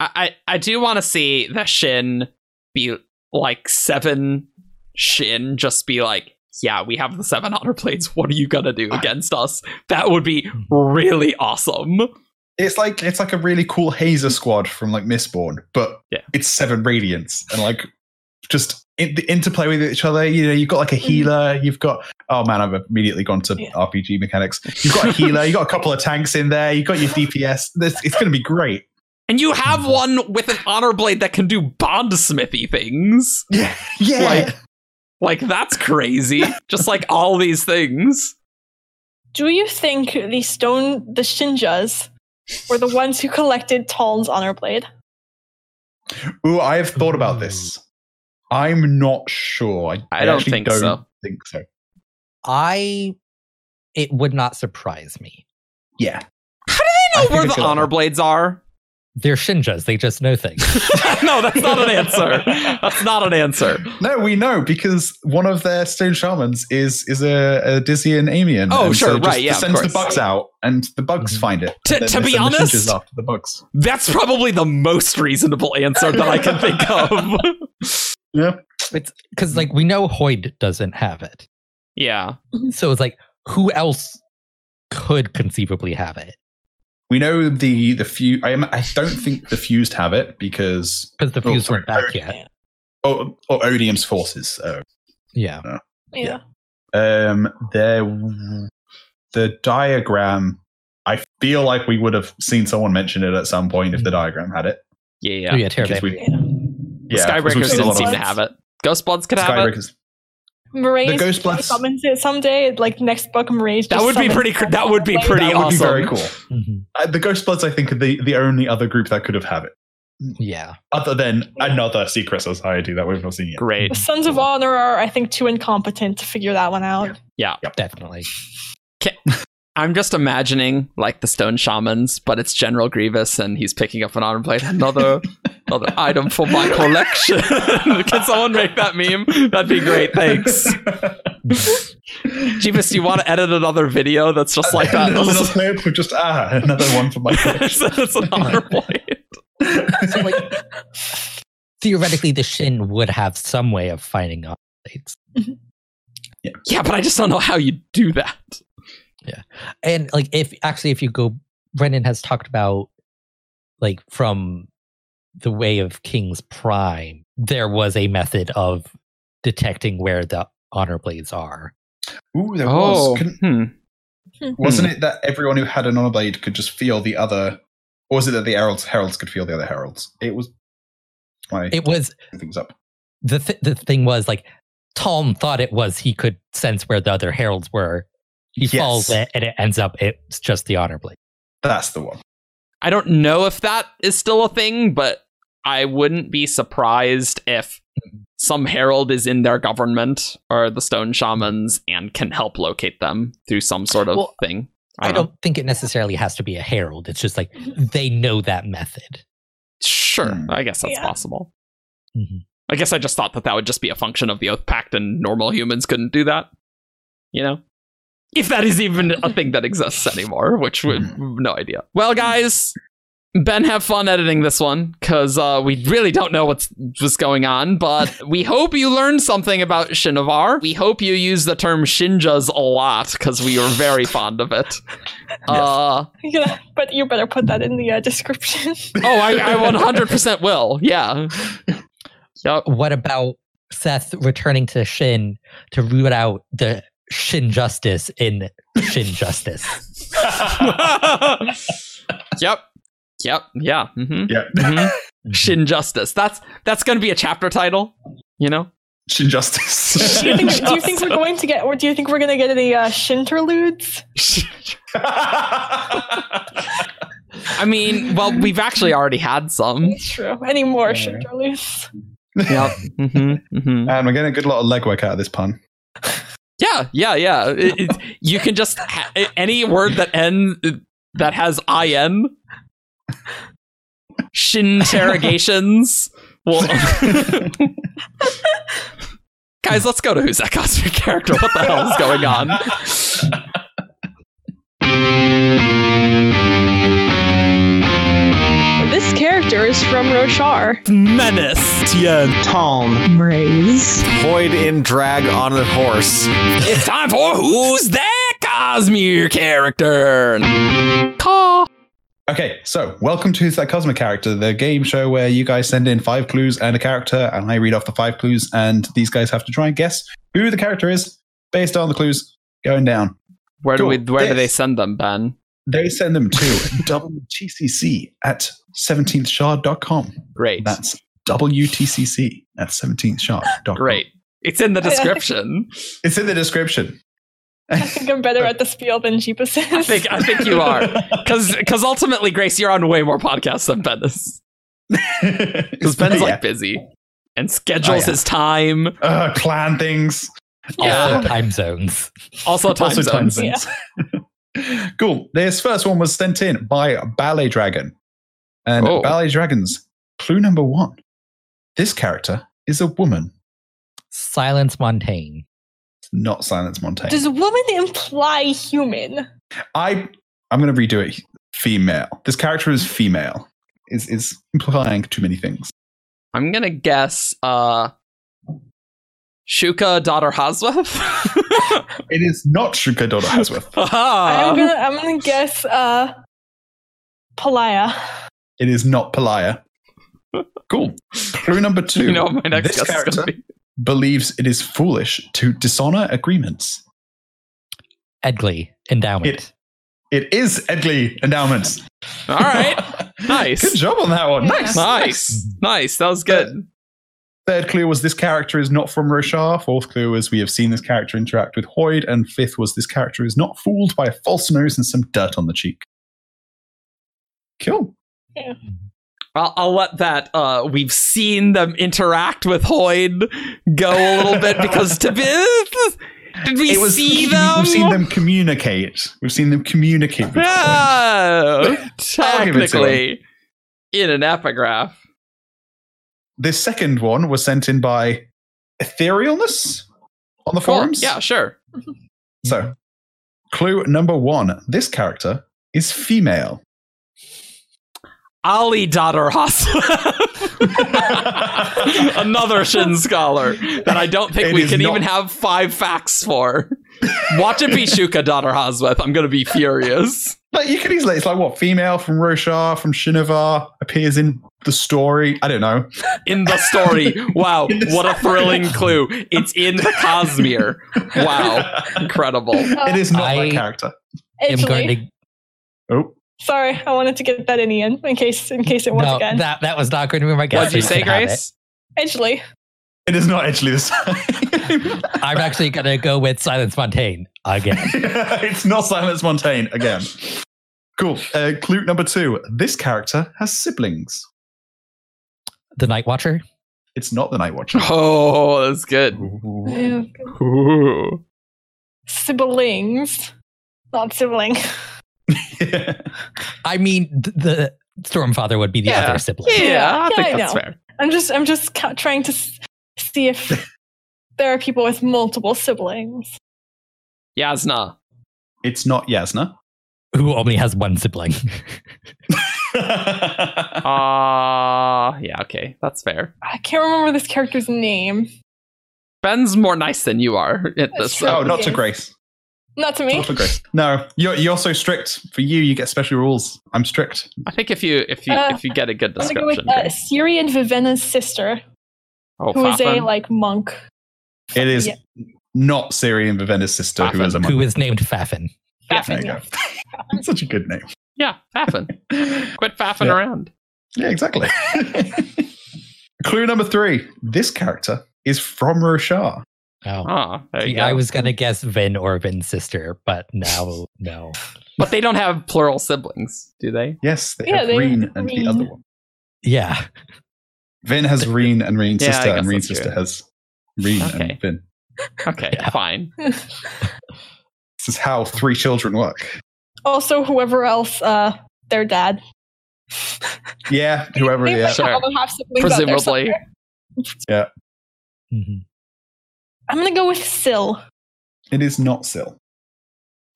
S1: I I do want to see the Shin be like seven Shin just be like, yeah, we have the seven honor plates. What are you gonna do against us? That would be really awesome.
S3: it's like it's like a really cool hazer squad from like Mistborn, but
S1: Yeah.
S3: it's seven radiance and like just in, the interplay with each other. You know, you've got like a healer, you've got oh man, I've immediately gone to
S4: Yeah.
S3: RPG mechanics. You've got a healer, you've got a couple of tanks in there, you've got your DPS. This, it's going to be great.
S1: And you
S3: Hmm.
S1: have one with an honor blade that can do bondsmithy things.
S3: Yeah, yeah.
S1: Like- Like that's crazy. just like all these things.
S4: Do you think the stone the Shinjas were the ones who collected Talon's honor blade?
S3: Ooh, I have thought about this. I'm not sure.
S1: Mm. I don't
S3: actually
S1: think so.
S3: Think so.
S2: I it would not surprise me.
S3: Yeah.
S1: I
S3: I
S1: know
S3: think
S1: where
S3: it's
S1: the
S3: a-
S1: honor blades are.
S2: They're Shinjas, they just know things.
S1: no, that's not an answer. That's not an answer.
S3: No, we know because one of their stone shamans is is a, a Dizzy and Amian.
S1: Oh,
S3: and
S1: sure,
S3: just
S1: right, yeah, of
S3: Sends the
S1: course.
S3: bugs out, and the bugs
S2: Mhm.
S3: find it.
S1: To-
S3: and then
S1: to
S3: they
S1: be
S3: send the
S1: honest-
S3: Shinjas after the bugs.
S1: That's probably the most reasonable answer that I can think of.
S2: Because like we know Hoyd doesn't have it.
S1: Yeah.
S2: So it's like who else could conceivably have it?
S3: We know the the few. I, am- I don't think the fused have it because
S2: because the
S3: Oh,
S2: fuse
S3: sorry.
S2: weren't back yet.
S3: oh, oh Odium's forces. Oh.
S2: Yeah.
S4: Yeah.
S3: Yeah. Um, there, the diagram. I feel like we would have seen someone mention it at some point if the diagram had it.
S1: Yeah,
S2: Yeah. Oh,
S1: yeah.
S2: yeah
S3: Because
S2: Terabane.
S3: we,
S4: Yeah.
S3: yeah, because
S1: Skybreakers
S3: we've seen a
S1: didn't
S3: lot
S1: seem
S3: of
S1: to have it. Ghostbloods could have it.
S3: Skybreakers.
S4: Marae's
S3: The Ghost Bloods-
S4: summons it someday. Like next book, Marae's.
S1: That
S4: just
S1: would be
S4: summons
S1: pretty.
S4: it.
S1: cr- That would be
S4: Like,
S1: pretty
S3: that would
S1: awesome.
S3: be very cool.
S2: Mhm.
S3: Uh, the Ghostbloods, I think, are the, the only other group that could have had it,
S2: Yeah.
S3: other than another secret society that we've not seen yet.
S1: Great.
S4: The Sons of Honor are, I think, too incompetent to figure that one out.
S2: Definitely.
S1: I'm just imagining like the stone shamans, but it's General Grievous, and he's picking up an arm blade. Another, another item for my collection. Can someone make that meme? That'd be great. Thanks, Grievous. Do you want to edit another video that's just like that?
S3: another little clip of just ah, another one for my
S1: it's, it's an honor blade.
S2: So, like, theoretically, the Shin would have some way of finding out. It's-
S1: Yeah, but I just don't know how you do that.
S2: And like, if actually, if you go, Brendan has talked about like from the way of King's Prime, there was a method of detecting where the honor blades are.
S3: Ooh, there was. Couldn't-
S1: hmm.
S3: Wasn't it that everyone who had an honor blade could just feel the other, or was it that the heralds, heralds could feel the other heralds? It was. My
S2: It was
S3: things up.
S2: the th- the thing was like Tom thought it was he could sense where the other heralds were. He
S3: Yes.
S2: follows it, and it ends up it's just the honor blade.
S3: That's the one.
S1: I don't know if that is still a thing, but I wouldn't be surprised if some herald is in their government or the stone shamans and can help locate them through some sort of
S2: Well,
S1: thing.
S2: I
S1: know.
S2: don't think it necessarily has to be a herald. It's just like
S4: Mm-hmm.
S2: they know that method.
S1: Sure,
S3: Hmm.
S1: I guess that's
S4: Yeah.
S1: possible.
S2: Mhm.
S1: I guess I just thought that that would just be a function of the oath pact, and normal humans couldn't do that. You know, if that is even a thing that exists anymore, which we no idea. Well, guys, Ben, have fun editing this one because uh, we really don't know what's was going on, but we hope you learned something about Shinovar. We hope you use the term Shinjas a lot because we are very fond of it. Uh,
S4: Yeah, but you better put that in the uh, description.
S1: oh, I, I 100% will. Yeah. Yep.
S2: What about Seth returning to Shin to root out the Shin Justice in Shin Justice?
S1: yep. Yep. Yeah. hmm
S3: Yeah,
S1: hmm Shin Justice. That's that's gonna be a chapter title. You know.
S3: Shin Justice.
S4: do, you think, do you think we're going to get, or do you think we're going to get any uh, shinterludes?
S1: I mean, well, we've actually already had some.
S4: That's true. Any more
S3: Yeah.
S4: shinterludes?
S1: Yep. hmm hmm
S3: and we're getting a good lot of legwork out of this pun.
S1: Yeah. Yeah. Yeah. It- it- you can just ha- any word that end that has in Shin interrogations. Well, guys, let's go to who's that cosmic character? What the hell is going on?
S5: This character is from Roshar.
S1: Menace.
S6: Tom,
S5: Braze.
S6: void in drag on a horse.
S1: It's time for who's that Cosmere character? Caw.
S3: Okay, so welcome to Who's That Cosmic Character, the game show where you guys send in five clues and a character, and I read off the five clues, and these guys have to try and guess who the character is based on the clues going down.
S1: Where do
S3: Cool.
S1: we? Where do
S3: Yes.
S1: they send them, Ben?
S3: They send them to WTCC at 17thshard.com.
S1: Great,
S3: That's WTCC at 17thshard.com.
S1: great. It's in the description.
S3: It's in the description.
S4: I think I'm better at the spiel than Jeepus is.
S1: I think. I think you are, because because ultimately, Grace, you're on way more podcasts than Ben is. Because Ben's like busy and schedules
S3: yeah.
S1: his time.
S3: uh, clan things.
S1: Yeah.
S2: Also time zones.
S1: Also, time
S3: Also
S1: zones.
S3: time zones. cool. This first one was sent in by Ballet Dragon. And
S1: Oh.
S3: Ballet Dragon's clue number one this character is a woman,
S2: Silence Montaigne.
S3: not Silence Montaigne.
S4: Does woman imply
S2: Uh,
S4: human?
S3: I, I'm going to redo it female. This character is female, is, is implying too many things.
S1: I'm gonna guess. uh Shuka daughter Hasweth.
S3: It is not Shuka Dodo Hasworth.
S4: I'm gonna I'm gonna guess uh Palaya.
S3: It is not Palaya. cool. Clue number two.
S1: You know what my next
S3: this
S1: guess is
S3: character
S1: going to be?
S3: believes it is foolish to dishonor agreements.
S2: Edgley endowment.
S3: It- It is Edgley Endowments.
S1: All right. Nice.
S3: Good job on that one. Nice.
S1: nice. Nice. That was good.
S3: Third clue was this character is not from Roshar. Fourth clue was we have seen this character interact with Hoyd. And fifth was this character is not fooled by a false nose and some dirt on the cheek. Cool.
S1: I'll, I'll let that. Uh, we've seen them interact with Hoyd go a little bit because to be, did we
S3: It was-
S1: see them?
S3: We've seen them communicate. We've seen them communicate with Hoyd.
S1: No,
S3: I'll give it to
S1: technically, in an epigraph.
S3: This second one was sent in by Etherealness on the forums.
S1: Oh, Yeah, sure.
S3: So, clue number one this character is female.
S1: Ali Dadarhas. Another Shin scholar that I don't think
S3: It
S1: we
S3: is
S1: can
S3: not-
S1: even have five facts for. Watch it be Shuka Dadarhas with. I'm going to be furious.
S3: Like, you could easily, it's like what? Female from Roshar, from Shinovar, appears in the story. I don't know.
S1: In the story. Wow.
S3: In the
S1: What a thrilling clue. It's in the Cosmere. Wow. Incredible.
S3: it is not
S2: I-
S3: that character.
S2: I'm going
S4: Edgley.
S2: to
S3: Oh,
S4: Sorry, I wanted to get that in Ian in case in case it was
S2: no,
S4: again.
S2: that that was not going to be my guess.
S1: What'd you say,
S2: can have
S1: Grace?
S4: Edgley.
S3: it is not actually the same.
S2: it. I'm actually going to go with Silence Montaigne again.
S3: it's not Silence Montaigne again. Cool. Uh, clue number two this character has siblings.
S2: the Night Watcher.
S3: It's not the Night Watcher.
S1: Oh, that's good.
S4: Yeah.
S1: Ooh.
S4: Siblings. Not sibling.
S2: I mean, th- the Stormfather would be the
S1: Yeah.
S2: other sibling.
S1: Yeah, I think
S4: I
S1: that's
S4: know.
S1: fair.
S4: I'm just I'm just ca- trying to s- see if there are people with multiple siblings.
S1: Yasna.
S3: it's not Yasna.
S2: Who only has one sibling?
S1: Ah, yeah, okay. That's fair.
S4: I can't remember this character's name.
S1: Ben's more nice than you are at
S4: That's
S1: this.
S4: true.
S3: oh, not to
S4: Yes.
S3: Grace.
S4: Not to me.
S3: Not to Grace. No, you're, you're so strict. For you, you get special rules. I'm strict.
S1: I think if you if you
S4: Uh,
S1: if you get a good
S4: I'm gonna go with
S1: description.
S4: uh, Siri and Vivenna's sister,
S1: oh,
S4: who is a
S1: Fafan.
S4: like monk.
S3: It is
S4: Yeah.
S3: not Siri and Vivenda's sister who is a monk.
S2: Who is named Fafin?
S3: Yeah,
S4: Fafin,
S3: there you
S4: yeah.
S3: go. Such a good name.
S1: yeah, Faffin. Quit faffing
S3: Yeah.
S1: around.
S3: Yeah, exactly. Clue number three. This character is from Roshar.
S2: Oh.
S1: Ah, there you
S2: Yeah, I
S1: go.
S2: was gonna guess Vin or Vin's sister, but now no.
S1: But they don't have plural siblings, do they?
S3: Yes, they
S4: Yeah,
S3: have
S4: they have
S3: Reen and
S4: Reen.
S3: the other one.
S2: Yeah,
S3: Vin has Reen and Reen's
S1: Yeah, I
S3: sister,
S1: guess
S3: and
S1: that's
S3: Reen's sister
S1: true.
S3: has Reen
S1: Okay.
S3: and Vin.
S1: Okay,
S2: Yeah.
S1: fine.
S3: This is how three children work.
S4: Also, whoever else, uh, their dad.
S3: Yeah, whoever.
S4: They
S3: Yeah.
S4: might have
S1: Sure.
S4: other half siblings out there
S1: Presumably.
S4: somewhere.
S2: Mhm.
S4: I'm gonna go with Syl.
S3: It is not Syl.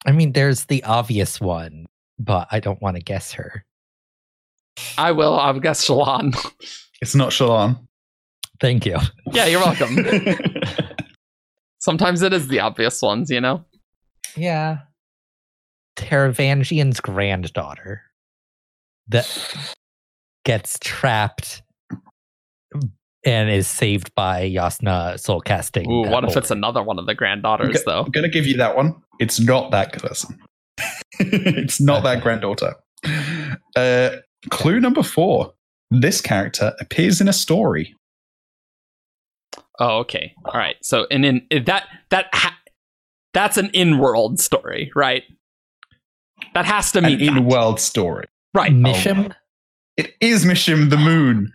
S2: I mean, there's the obvious one, but I don't want to guess her.
S1: I will I would guess Shalon.
S3: It's not Shalon.
S2: Thank you.
S1: yeah, you're welcome. Sometimes it is the obvious ones, you know?
S2: Yeah, Taravangian's granddaughter that gets trapped and is saved by Yasna soul casting.
S1: Ooh,
S2: that
S1: what if it's
S2: boulder.
S1: another one of the granddaughters though?
S3: I'm going to give you that one. It's not that person. it's not that
S2: Okay.
S3: granddaughter. Uh, clue number four. This character appears in a story.
S1: Oh, okay. All right. So, and in that that ha- that's an in-world story, right? That has to
S3: An
S1: mean that.
S3: in world story.
S1: right?
S2: Mishim?
S3: It is Mishim the Moon.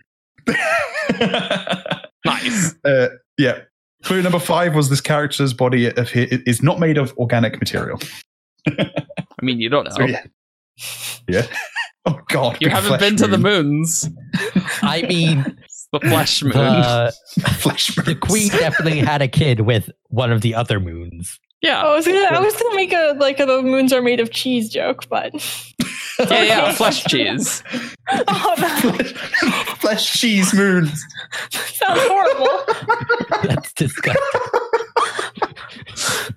S1: Nice.
S3: Uh, yeah. Clue number five was this character's body of hi- is not made of organic material.
S1: I mean, you don't know.
S3: So, yeah. Yeah. Oh God.
S1: you
S3: big
S1: haven't
S3: flesh
S1: been to the
S3: moon.
S1: moons.
S2: I mean,
S1: It's the flesh moon.
S2: the,
S3: Flesh
S2: the
S3: moons.
S2: queen definitely had a kid with one of the other moons.
S3: Ah,
S1: yeah.
S4: I was gonna, I was gonna make a like a, the moons are made of cheese joke, but
S1: yeah, yeah, flesh cheese.
S4: oh, that
S3: Flesh- Flesh cheese moons.
S4: sounds horrible.
S2: That's disgusting.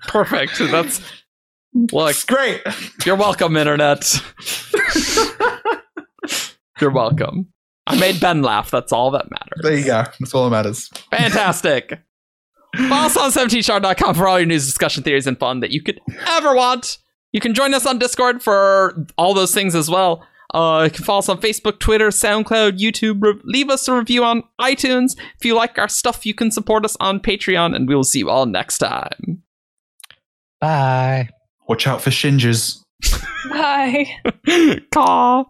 S1: Perfect. That's look.
S3: Looks great.
S1: You're welcome, internet. You're welcome. I made Ben laugh. That's all that matters.
S3: There you go. That's all that matters.
S1: Fantastic. Follow us on 17shard.com for all your news, discussion, theories, and fun that you could ever want. You can join us on Discord for all those things as well. Uh, you can follow us on Facebook, Twitter, SoundCloud, YouTube. Re- leave us a review on iTunes. If you like our stuff, you can support us on Patreon, and we will see you all next time.
S2: Bye.
S3: Watch out for Shinjas.
S4: Bye.
S1: Caw.